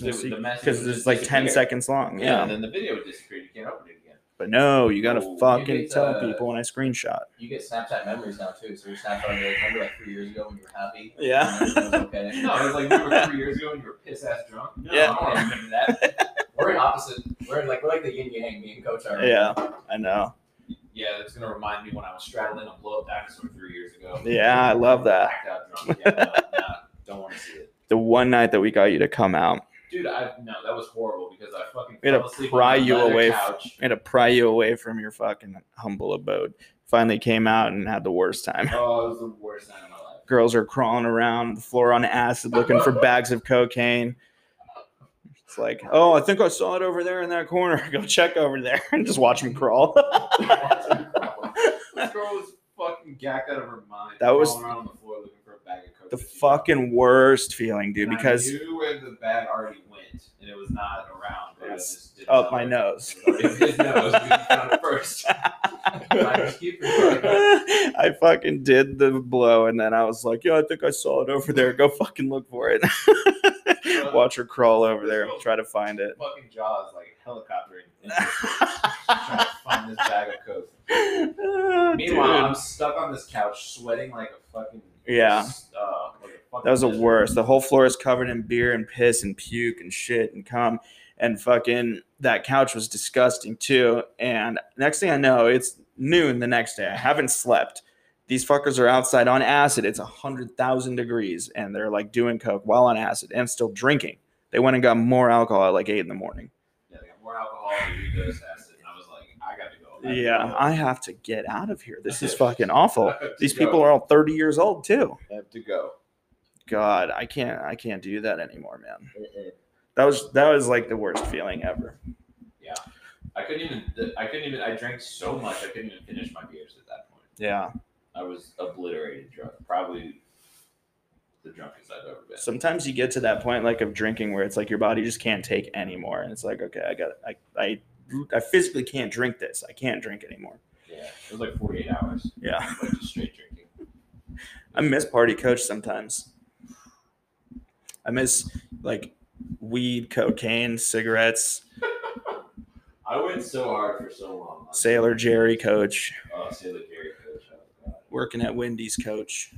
Speaker 2: The- the message would
Speaker 1: there's like
Speaker 2: just
Speaker 1: 10
Speaker 2: disappear.
Speaker 1: seconds long. Yeah.
Speaker 2: and then the video would disappear. You can't open it again.
Speaker 1: but no, you gotta
Speaker 2: Oh, you
Speaker 1: fucking
Speaker 5: get,
Speaker 1: tell
Speaker 5: uh,
Speaker 1: people when I screenshot.
Speaker 5: You get Snapchat memories now too. So your Snapchat, like, remember like three years ago when you were happy?
Speaker 1: Yeah.
Speaker 5: And everything was okay.
Speaker 2: No, it was like we were three years ago and you were piss ass drunk. No,
Speaker 1: Yeah.
Speaker 2: I don't remember [laughs] that.
Speaker 5: we're in opposite. We're in like we're like the yin yang. Me and Coach are.
Speaker 1: [laughs] Yeah, I know.
Speaker 2: yeah, that's gonna remind me when I was straddling a blow up dinosaur three years ago.
Speaker 1: Yeah, I love that.
Speaker 2: Blacked out drunk. Yeah, no, no, don't want to see it.
Speaker 1: The one night that we got you to come out,
Speaker 2: Dude, I no, that was horrible because I fucking
Speaker 1: We had
Speaker 2: fell
Speaker 1: to
Speaker 2: asleep
Speaker 1: pry
Speaker 2: on the
Speaker 1: you
Speaker 2: leather
Speaker 1: away f-
Speaker 2: couch.
Speaker 1: I had to pry you away from your fucking humble abode. Finally came out and had the worst time.
Speaker 2: Oh, it was the worst night of my life.
Speaker 1: Girls are crawling around the floor on acid looking for bags of cocaine. It's like, oh, I think I saw it over there in that corner. [laughs] Go check over there and just watch them crawl. [laughs]
Speaker 2: This girl was fucking gacked out of her mind.
Speaker 1: That was-
Speaker 2: crawling around on the floor looking for a bag of coke.
Speaker 1: the
Speaker 2: that she
Speaker 1: fucking worst feeling, dude,
Speaker 2: And I
Speaker 1: because
Speaker 2: knew where the bag already went, and it was not around. But
Speaker 1: It's
Speaker 2: I just didn't
Speaker 1: up
Speaker 2: know
Speaker 1: Oh, my
Speaker 2: it.
Speaker 1: nose. [laughs]
Speaker 2: [laughs] It was already in his nose. We found it first. I just keep it going.
Speaker 1: I fucking did the blow and then I was like, yo, I think I saw it over there. Go fucking look for it. [laughs] Watch her crawl over there and try to find it.
Speaker 2: Fucking jaws like helicoptering. and just Trying to find this bag of coke.
Speaker 1: Ah,
Speaker 2: Meanwhile,
Speaker 1: dude.
Speaker 2: I'm stuck on this couch, sweating like a fucking
Speaker 1: Yeah.
Speaker 2: Uh, like a fucking
Speaker 1: That was the
Speaker 2: lizard.
Speaker 1: worst. The whole floor is covered in beer and piss and puke and shit and cum. And fucking that couch was disgusting too. And next thing I know, it's noon the next day. I haven't slept. These fuckers are outside on acid. It's 100,000 degrees. And they're like doing coke while on acid and still drinking. They went and got more alcohol at like 8 in the morning.
Speaker 2: Yeah, they got more alcohol than we dose tested, and I was like, I gotta go. I gotta
Speaker 1: Yeah,
Speaker 2: go.
Speaker 1: I have to get out of here.
Speaker 2: [laughs]
Speaker 1: This is fucking awful.
Speaker 2: I have to
Speaker 1: These
Speaker 2: go.
Speaker 1: people are all 30 years old too.
Speaker 2: I have to go.
Speaker 1: God, I can't I can't do that anymore, man.
Speaker 2: Uh-uh.
Speaker 1: That was that was like the worst feeling ever.
Speaker 2: I couldn't even. I couldn't even. I drank so much. I couldn't even finish my beers at that point.
Speaker 1: Yeah.
Speaker 2: I was obliterated drunk. Probably the drunkest I've ever been.
Speaker 1: Sometimes you get to that point like of drinking where it's like your body just can't take anymore, and it's like, okay, I got, I, I, I physically can't drink this. I can't drink anymore.
Speaker 2: Yeah, it was like 48 hours.
Speaker 1: Yeah.
Speaker 2: Like just straight drinking.
Speaker 1: I miss party coach sometimes. I miss like weed, cocaine, cigarettes,
Speaker 2: I went so hard for so long.
Speaker 1: Sailor Jerry coach,
Speaker 2: Oh, Sailor Jerry coach. Oh, God.
Speaker 1: working at Wendy's coach.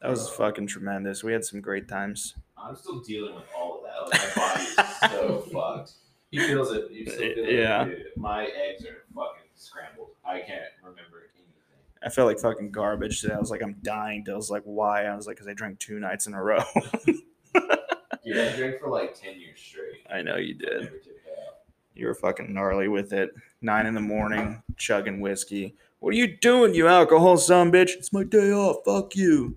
Speaker 1: That was fucking tremendous. We had some great times.
Speaker 2: I'm still dealing with all of that. Like, my body
Speaker 1: [laughs]
Speaker 2: is so fucked. He feels it. You still feel
Speaker 1: Yeah.
Speaker 2: it. Dude, my eggs are fucking scrambled. I can't remember anything.
Speaker 1: I felt like fucking garbage today. I was like, I'm dying. I was like, why? I was like, because I drank two nights in a row. [laughs]
Speaker 2: Dude, I drank for like 10 years straight.
Speaker 1: I know you
Speaker 2: I
Speaker 1: did.
Speaker 2: never took that out.
Speaker 1: You were fucking gnarly with it. Nine in the morning, chugging whiskey. What are you doing, you alcohol son bitch? It's my day off. Fuck you.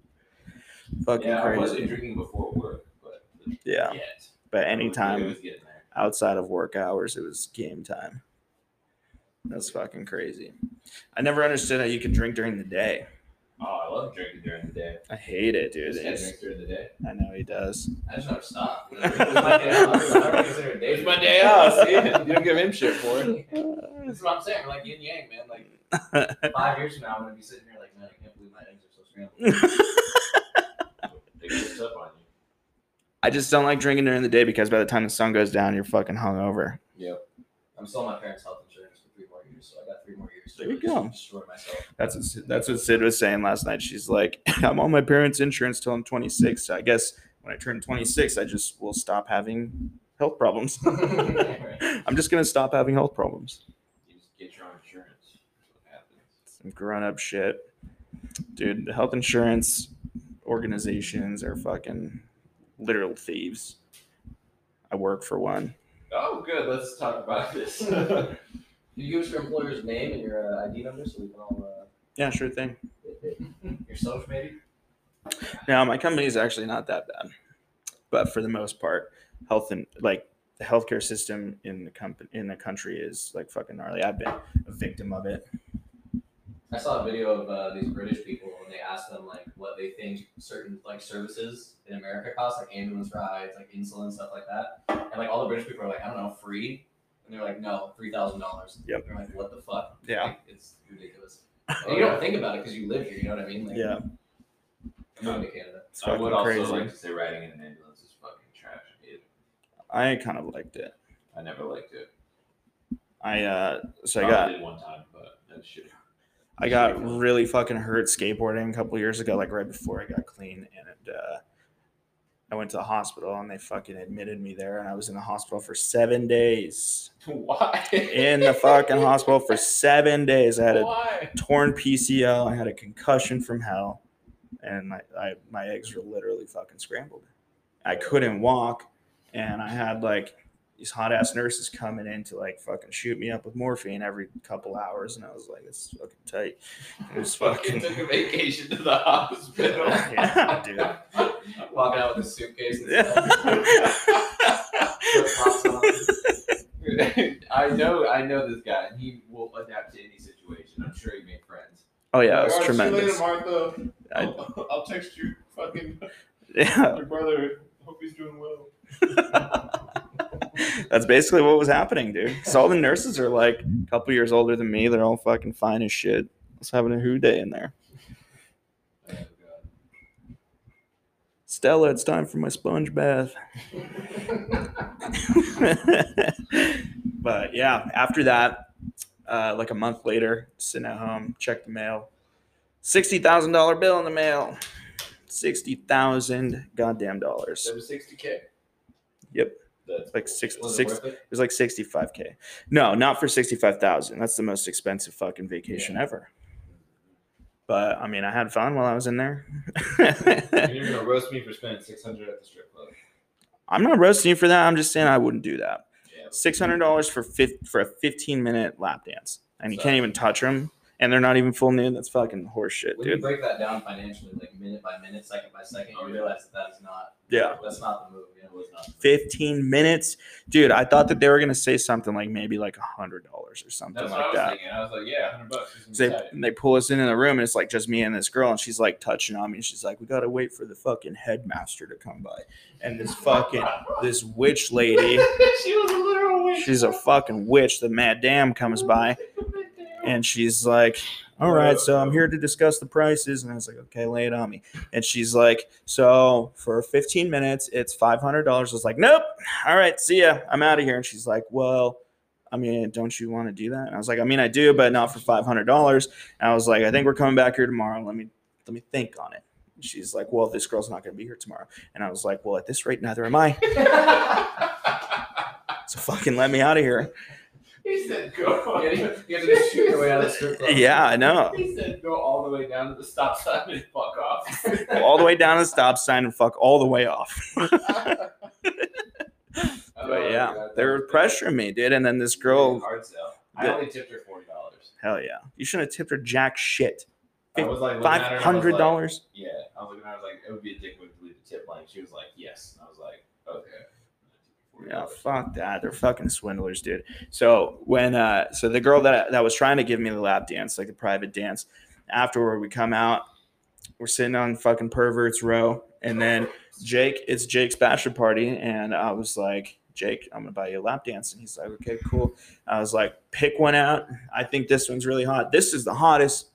Speaker 1: Fucking
Speaker 2: yeah, I
Speaker 1: crazy.
Speaker 2: wasn't drinking before work, but
Speaker 1: Yeah.
Speaker 2: yet.
Speaker 1: But
Speaker 2: It was
Speaker 1: anytime
Speaker 2: getting there.
Speaker 1: outside of work hours, it was game time. That's fucking crazy. I never understood how you could drink during the day.
Speaker 2: Oh, I love drinking during the day.
Speaker 1: I hate it, dude.
Speaker 2: This guy
Speaker 1: It's-
Speaker 2: drinks during the day.
Speaker 1: I know he does.
Speaker 5: I just never [laughs] stop.
Speaker 2: It's
Speaker 5: It's
Speaker 2: my day off. See? You don't give him shit for it.
Speaker 5: This is what I'm saying. We're like yin yang, man. Like five years from now, I'm gonna be sitting here like, man, I can't believe my eggs are so scrambled.
Speaker 1: [laughs]
Speaker 2: It gets up on you.
Speaker 1: I just don't like drinking during the day because by the time the sun goes down, you're fucking hungover.
Speaker 5: Yep. I'm still on my parents' health insurance for three more years, so I got three more years. to
Speaker 1: There you
Speaker 5: really
Speaker 1: go.
Speaker 5: Destroy myself. [laughs]
Speaker 1: That's what, Sid- that's what Sid was saying last night. She's like, [laughs] I'm on my parents' insurance till I'm 26. So I guess when I turn 26, I just will stop having health problems. [laughs] I'm just gonna stop having health problems.
Speaker 2: You just get your own insurance. That's what happens.
Speaker 1: Some grown up shit, dude. The health insurance organizations are fucking literal thieves. I work for one.
Speaker 2: Oh, good. Let's talk
Speaker 1: [laughs]
Speaker 2: about this.
Speaker 5: Can you give us your employer's name and your uh, ID number so we can all
Speaker 1: Yeah, sure thing.
Speaker 5: uh, your social maybe?
Speaker 1: Now, my company is actually not that bad, but for the most part, health and like the healthcare system in the company in the country is like fucking gnarly. I've been a victim of it.
Speaker 5: I saw a video of uh, these British people and they asked them like what they think certain like services in America cost, like ambulance rides, like insulin stuff like that. And like all the British people are like, I don't know, free. And they're like, no, three thousand dollars.
Speaker 1: Yep.
Speaker 5: They're like, what the fuck?
Speaker 1: Yeah.
Speaker 5: Like, it's ridiculous. And you don't think about it because you live here. You know what I mean? Like,
Speaker 1: Yeah,
Speaker 5: I'm going to Canada.
Speaker 1: it's
Speaker 2: I
Speaker 1: fucking
Speaker 2: would also
Speaker 1: crazy.
Speaker 2: like to say riding in an ambulance is fucking trash. It,
Speaker 1: I kind of liked it.
Speaker 2: I never liked it.
Speaker 1: I uh, so I
Speaker 2: Probably
Speaker 1: got
Speaker 2: did one time, but that shit.
Speaker 1: I got really fucking hurt skateboarding a couple years ago, like right before I got clean, and uh, I went to the hospital and they fucking admitted me there, and I was in the hospital for seven days.
Speaker 2: [laughs] Why?
Speaker 1: In the fucking hospital for seven days, I had a
Speaker 2: Why?
Speaker 1: torn PCL. I had a concussion from hell, and my I, my eggs were literally fucking scrambled. I couldn't walk, and I had like these hot ass nurses coming in to like fucking shoot me up with morphine every couple hours, and I was like, "This is fucking tight." It was
Speaker 2: Fucking
Speaker 5: [laughs]
Speaker 1: fucking
Speaker 2: took a vacation to the hospital.
Speaker 1: [laughs] yeah, dude.
Speaker 5: Walking out with a suitcase. And stuff.
Speaker 1: Yeah.
Speaker 5: Flip-flops on.
Speaker 2: I know, I know this guy, and he will adapt to any situation. I'm sure he made friends.
Speaker 1: Oh yeah, it
Speaker 2: Like,
Speaker 1: was
Speaker 2: "All right,
Speaker 1: tremendous.
Speaker 2: See you later, Martha.
Speaker 1: I-
Speaker 2: I'll, I'll text you. Fucking
Speaker 1: [laughs] Yeah,
Speaker 2: my brother. Hope he's doing well.
Speaker 1: that's basically what was happening, dude. Because all the nurses are like a couple years older than me. They're all fucking fine as shit. I was having a who day in there.
Speaker 2: Oh, God.
Speaker 1: Stella, it's time for my sponge bath. [laughs] but yeah, after that, uh, like a month later, sitting at home, check the mail. Sixty thousand dollar bill in the mail. Sixty thousand goddamn dollars.
Speaker 2: That was 60k.
Speaker 1: Yep.
Speaker 2: That's
Speaker 1: Like six,
Speaker 5: Was it
Speaker 1: six.
Speaker 5: worth it?
Speaker 1: It was like sixty-five k. No, not for sixty-five thousand. That's the most expensive fucking vacation ever. But I mean, I had fun while I was in
Speaker 2: [laughs]
Speaker 1: there. [laughs]
Speaker 2: and you're gonna roast me for spending 600 at the strip club.
Speaker 1: I'm not roasting you for that. I'm just saying I wouldn't do that.
Speaker 2: Yeah.
Speaker 1: six hundred dollars for fif- for a fifteen minute lap dance, and you
Speaker 2: So-
Speaker 1: can't even touch them, and they're not even full nude. That's fucking horseshit,
Speaker 5: When you
Speaker 1: dude.
Speaker 5: break that down financially, like minute by minute, second by second,
Speaker 2: Oh,
Speaker 5: you
Speaker 2: yeah.
Speaker 5: realize that that's not.
Speaker 1: Yeah.
Speaker 5: That's not the move. You know, it's not.
Speaker 1: Fifteen minutes, dude. I thought that they were gonna say something like maybe like a hundred dollars or something
Speaker 2: That's what I
Speaker 1: like
Speaker 2: was
Speaker 1: that.
Speaker 2: thinking. I was like, Mm-hmm. yeah, 100 bucks. She's
Speaker 1: So They,
Speaker 2: inside.
Speaker 1: and they pull us in in the room and it's like just me and this girl and she's like touching on me and she's like we gotta wait for the fucking headmaster to come by and this fucking this witch lady
Speaker 2: she was a literal witch.
Speaker 1: she's a fucking witch the madame comes by and she's like all right so i'm here to discuss the prices and i was like okay lay it on me and she's like so for 15 minutes it's $500 i was like nope all right see ya i'm out of here and she's like well i mean don't you want to do that and i was like i mean i do but not for $500 and i was like i think we're coming back here tomorrow let me let me think on it And she's like well this girl's not going to be here tomorrow and i was like well at this rate neither am i so fucking let me out of here
Speaker 2: he said, go.
Speaker 1: [laughs]
Speaker 5: You have to- you have to just shoot your way out of the strip club.
Speaker 1: yeah i know
Speaker 2: He said, go all the way down to the stop sign and fuck off.
Speaker 1: all the way down to the stop sign and fuck all the way off.
Speaker 2: Oh,
Speaker 1: But yeah, they were pressuring me, dude. And then this girl,
Speaker 2: Hard sell. I
Speaker 1: Yeah.
Speaker 2: only tipped her forty dollars.
Speaker 1: hell yeah, you shouldn't have tipped her jack shit.
Speaker 2: I was like looking at her
Speaker 1: Five
Speaker 2: and I was
Speaker 1: hundred dollars.
Speaker 2: Like, yeah, I was looking at her. I was like, it would be a dick move to leave the tip line. She was like, yes. And I was like, okay.
Speaker 1: Yeah, fuck that. They're fucking swindlers, dude. So when uh, so the girl that that was trying to give me the lap dance, like the private dance, afterward we come out, we're sitting on fucking perverts row, and then Jake, it's Jake's bachelor party, and I was like, Jake, I'm gonna buy you a lap dance, and he's like, okay, cool. I was like, pick one out. I think this one's really hot. This is the hottest.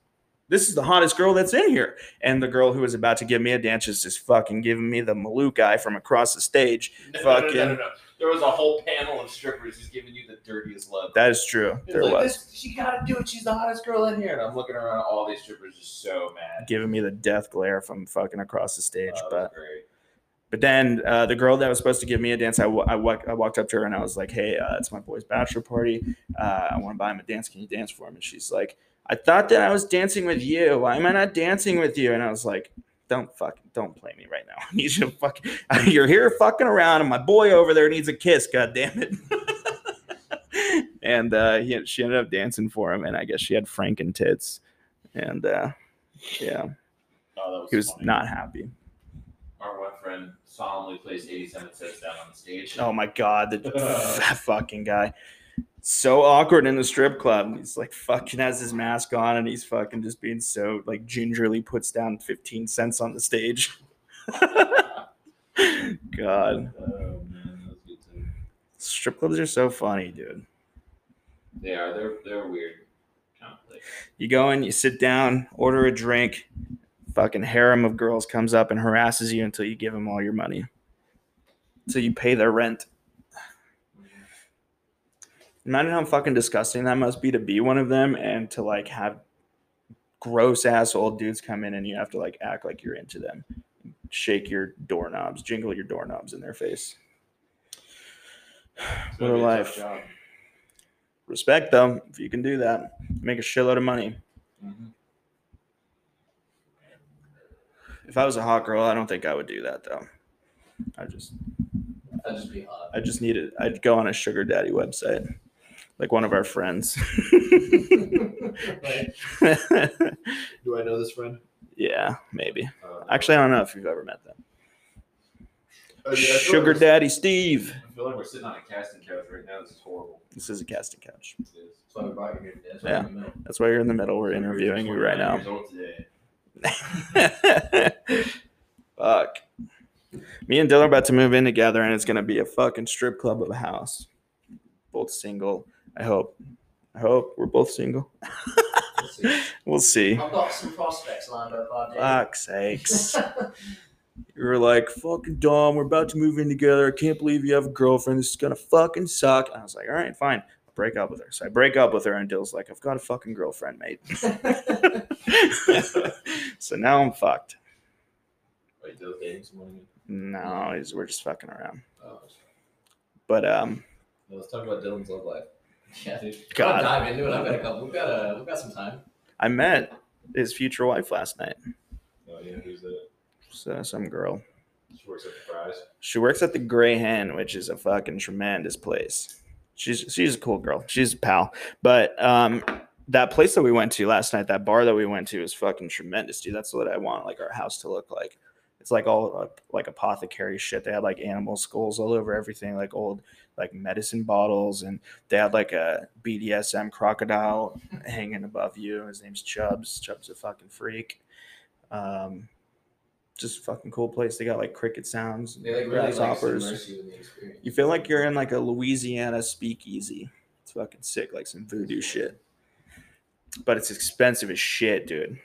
Speaker 1: This is the hottest girl that's in here. And the girl who was about to give me a dance is just fucking giving me the Malouk eye from across the stage.
Speaker 2: [laughs] No,
Speaker 1: Fucking-
Speaker 2: No, no, no, no, no. There was a whole panel of strippers just giving you the dirtiest look.
Speaker 1: That is true.
Speaker 2: It
Speaker 1: There
Speaker 2: like,
Speaker 1: was.
Speaker 2: This, she got to do it. She's the hottest girl in here. And I'm looking around. All these strippers just so mad.
Speaker 1: giving me the death glare from fucking across the
Speaker 2: Uh,
Speaker 1: stage.
Speaker 2: it was
Speaker 1: but
Speaker 2: great.
Speaker 1: but then uh, the girl that was supposed to give me a dance, I wa- I walk- I walked up to her and I was like, "Hey, uh, it's my boy's bachelor party. Uh, I want to buy him a dance. Can you dance for him?" And she's like, "I thought that I was dancing with you. Why am I not dancing with you?" And I was like, Don't fuck. Don't play me right now. [laughs] I need you to fuck. You're here fucking around, and my boy over there needs a kiss. God damn it. [laughs] and uh, he, she ended up dancing for him, and I guess she had Franken tits, and uh, yeah,
Speaker 2: Oh, that was
Speaker 1: he was
Speaker 2: funny.
Speaker 1: not happy.
Speaker 2: Our one friend solemnly placed 87 cents down on the stage.
Speaker 1: Oh my god, the that fucking guy. So awkward in the strip club. He's like fucking has his mask on and he's fucking just being so like gingerly puts down 15 cents on the stage. [laughs] god,
Speaker 2: Oh, man, that was good too.
Speaker 1: strip clubs are so funny, dude.
Speaker 2: They are. They're they're weird. Kind of place.
Speaker 1: You go in, you sit down, order a drink, fucking harem of girls comes up and harasses you until you give them all your money. Until you pay their rent. Imagine how fucking disgusting that must be to be one of them and to like have gross ass old dudes come in and you have to like act like you're into them. Shake your doorknobs, jingle your doorknobs in their face.
Speaker 2: It's
Speaker 1: What
Speaker 2: gonna
Speaker 1: a
Speaker 2: be tough
Speaker 1: life.
Speaker 2: job.
Speaker 1: Respect them if you can do that. Make a shitload of money.
Speaker 2: Mhm.
Speaker 1: If I was a hot girl, I don't think I would do that though. I just
Speaker 5: That'd just be hot.
Speaker 1: I just needed. I'd go on a sugar daddy website, like one of our friends.
Speaker 5: Like,
Speaker 2: Do I know this friend?
Speaker 1: yeah, maybe.
Speaker 2: Uh,
Speaker 1: Actually, I don't know if you've ever met them.
Speaker 2: oh, yeah, I feel like
Speaker 1: Sugar
Speaker 2: we're-
Speaker 1: daddy Steve.
Speaker 2: I feel like we're sitting on a casting couch right now. This is horrible.
Speaker 1: This is a casting couch.
Speaker 2: It is.
Speaker 5: that's why we brought you here today. That's
Speaker 1: Yeah.
Speaker 5: why we met.
Speaker 1: That's why you're in the middle. We're interviewing you right
Speaker 2: 29
Speaker 1: now.
Speaker 2: years old today.
Speaker 1: [laughs] Fuck. Me and Dylan are about to move in together, and it's gonna be a fucking strip club of a house. Both single. I hope. I hope we're both single.
Speaker 5: We'll
Speaker 1: [laughs]
Speaker 5: see.
Speaker 1: We'll see.
Speaker 5: I've got some prospects lined up. I do. [laughs]
Speaker 1: Fuck's sakes. you were like, fucking dumb. We're about to move in together. I can't believe you have a girlfriend. This is gonna fucking suck. And I was like, all right, fine. I'll break up with her. So I break up with her, and Dill's like, I've got a fucking girlfriend, mate. [laughs] so now I'm fucked.
Speaker 2: Wait, those dating someone again?
Speaker 1: No, he's- we're just fucking around.
Speaker 2: Oh,
Speaker 1: But um,
Speaker 2: no, let's talk about Dylan's love life.
Speaker 5: yeah, dude. Gotta
Speaker 1: God,
Speaker 5: dive into it. I've got a couple. We've got a. We've got some time.
Speaker 1: I met his future wife last night.
Speaker 2: Oh yeah, who's the?
Speaker 1: So some girl.
Speaker 2: She works at the fries.
Speaker 1: She works at the Gray Hen, which is a fucking tremendous place. She's she's a cool girl. She's a pal. But um that place that we went to last night, that bar that we went to is fucking tremendous, dude. That's what I want like our house to look like. It's like all uh, like apothecary shit. They had like animal skulls all over everything, like old like medicine bottles, and they had like a BDSM crocodile hanging above you. His name's Chubbs. Chubbs a fucking freak. Um, just a fucking cool place. They got like cricket sounds. and
Speaker 5: They like really like
Speaker 1: grasshoppers.
Speaker 5: submerge you in the experience.
Speaker 1: You feel like you're in like a Louisiana speakeasy. It's fucking sick, like some voodoo shit. But it's expensive as shit, dude.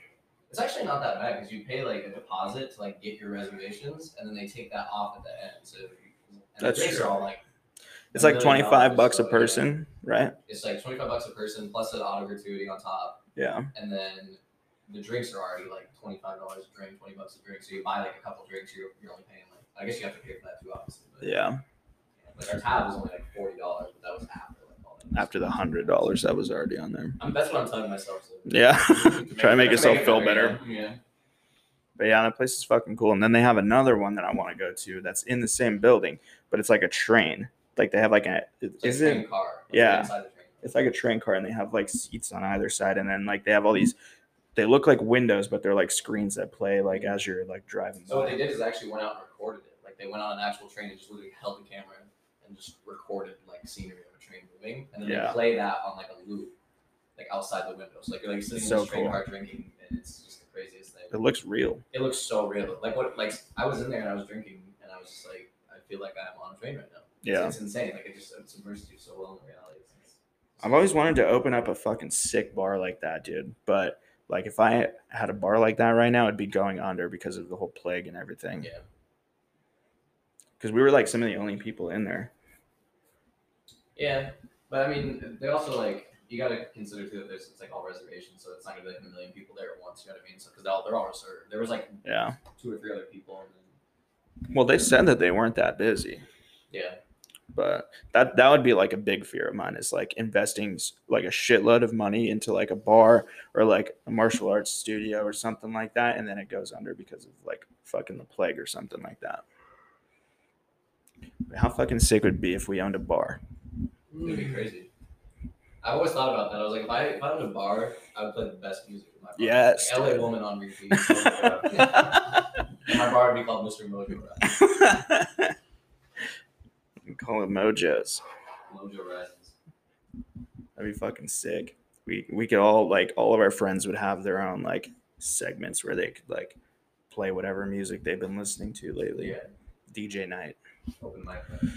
Speaker 5: It's actually not that bad because you pay like a deposit to like get your reservations, and then they take that off at the end. So if you- and
Speaker 1: That's
Speaker 5: the drinks
Speaker 1: true.
Speaker 5: are all like
Speaker 1: It's like
Speaker 5: $1 million,
Speaker 1: twenty five bucks a
Speaker 5: so, yeah.
Speaker 1: person, right?
Speaker 5: It's like twenty five bucks a person plus an auto gratuity on top,
Speaker 1: Yeah.
Speaker 5: and then the drinks are already like twenty five dollars a drink, twenty bucks a drink. So you buy like a couple drinks, you're, you're only paying like I guess you have to pay for that too, obviously. But
Speaker 1: Yeah.
Speaker 5: like our tab was only like forty dollars, but that was after like all that.
Speaker 1: After the hundred dollars that was already on there.
Speaker 5: I mean, that's what I'm telling myself.
Speaker 1: [laughs]
Speaker 5: So.
Speaker 1: Yeah. Try to make
Speaker 5: it
Speaker 1: yourself feel
Speaker 5: yeah,
Speaker 1: better.
Speaker 5: Yeah.
Speaker 1: But yeah, that place is fucking cool. And then they have another one that I want to go to that's in the same building, but it's like a train. Like they have like a
Speaker 5: It's like
Speaker 1: is
Speaker 5: a
Speaker 1: it
Speaker 5: train car. like,
Speaker 1: yeah.
Speaker 5: Inside the train.
Speaker 1: it's like a train car and they have like seats on either side and then like they have all these they look like windows but they're like screens that play like as you're like driving
Speaker 5: So what
Speaker 1: by.
Speaker 5: they did is they actually went out and recorded it. Like they went on an actual train and just literally held the camera and just recorded like scenery of a train moving, and then
Speaker 1: Yeah.
Speaker 5: they play that on like a loop, like outside the window. So like you're like sitting in
Speaker 1: So
Speaker 5: this train
Speaker 1: cool.
Speaker 5: car drinking, and it's just the craziest thing.
Speaker 1: it looks real
Speaker 5: It looks so real. Like what? Like I was in there and I was drinking, and I was just like, I feel like I'm on a train right now. It's-
Speaker 1: yeah
Speaker 5: It's, insane. Like it just it submerges you so well in reality. It's, it's-
Speaker 1: i've always wanted to open up a fucking sick bar like that dude but like if i had a bar like that right now it'd be going under because of the whole plague and everything
Speaker 5: Yeah.
Speaker 1: because we were like some of the only people in there
Speaker 5: Yeah, but I mean, they also like you gotta consider too that there's it's like all reservations, so it's not gonna be like a million people there at once. You know what I mean? So because they're all they're all reserved. There was like
Speaker 1: yeah
Speaker 5: two or three other people, and then
Speaker 1: well they said that they weren't that busy
Speaker 5: yeah,
Speaker 1: But that that would be like a big fear of mine is like investing s- like a shitload of money into like a bar or like a martial arts studio or something like that, and then it goes under because of like fucking the plague or something like that. How fucking sick would it be if we owned a bar?
Speaker 5: It'd be crazy. I've always thought about that. I was like, if I if I owned a bar, I would play the best music in my bar.
Speaker 1: Yes,
Speaker 5: Like,
Speaker 1: dude.
Speaker 5: LA Woman on repeat. And my bar would be called Mr. Mojo Rise.
Speaker 1: Call it mojos.
Speaker 5: Mojo Rises.
Speaker 1: That'd be fucking sick. We we could all like all of our friends would have their own like segments where they could like play whatever music they've been listening to lately.
Speaker 5: Yeah,
Speaker 1: DJ night,
Speaker 5: open mic. night.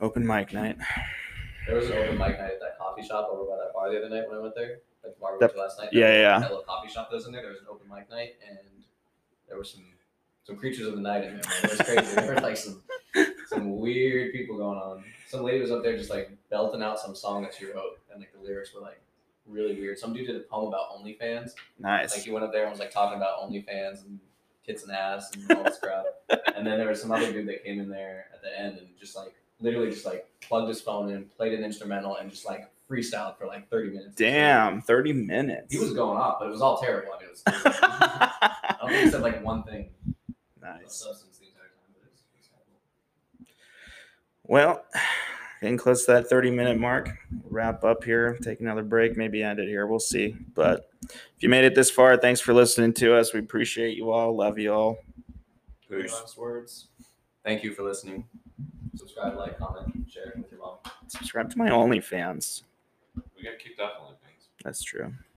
Speaker 1: open mic night.
Speaker 5: There was an open mic night at that coffee shop over by that bar the other night when I went there. Like the bar we
Speaker 1: That-
Speaker 5: went to last night.
Speaker 1: yeah,
Speaker 5: that,
Speaker 1: yeah.
Speaker 5: That little coffee shop that was in there. There was an open mic night, and there were some some creatures of the night in there. Man. It was crazy. there were like some some weird people going on. Some lady was up there just like belting out some song that she wrote, and like the lyrics were like really weird. Some dude did a poem about OnlyFans. Like
Speaker 1: Nice.
Speaker 5: he went up there and was like talking about OnlyFans and tits and ass and all this crap. And then there was some other dude that came in there at the end and just like literally just like plugged his phone in, played an instrumental, and just like freestyled for like thirty minutes.
Speaker 1: Damn, thirty minutes.
Speaker 5: He was going off, but it was all terrible. I mean, it was. I don't think he said like one thing. about
Speaker 1: [laughs] nice.
Speaker 5: Substance the entire time, but it's, it's terrible.
Speaker 1: Well, getting close to that 30 minute mark. Wrap up here, take another break, maybe end it here. We'll see. But if you made it this far, thanks for listening to us. We appreciate you all. Love you all.
Speaker 5: Any last words. Thank you for listening. Subscribe, like, comment, share with your mom.
Speaker 1: Subscribe to my OnlyFans.
Speaker 2: We got kicked off on things.
Speaker 1: That's true.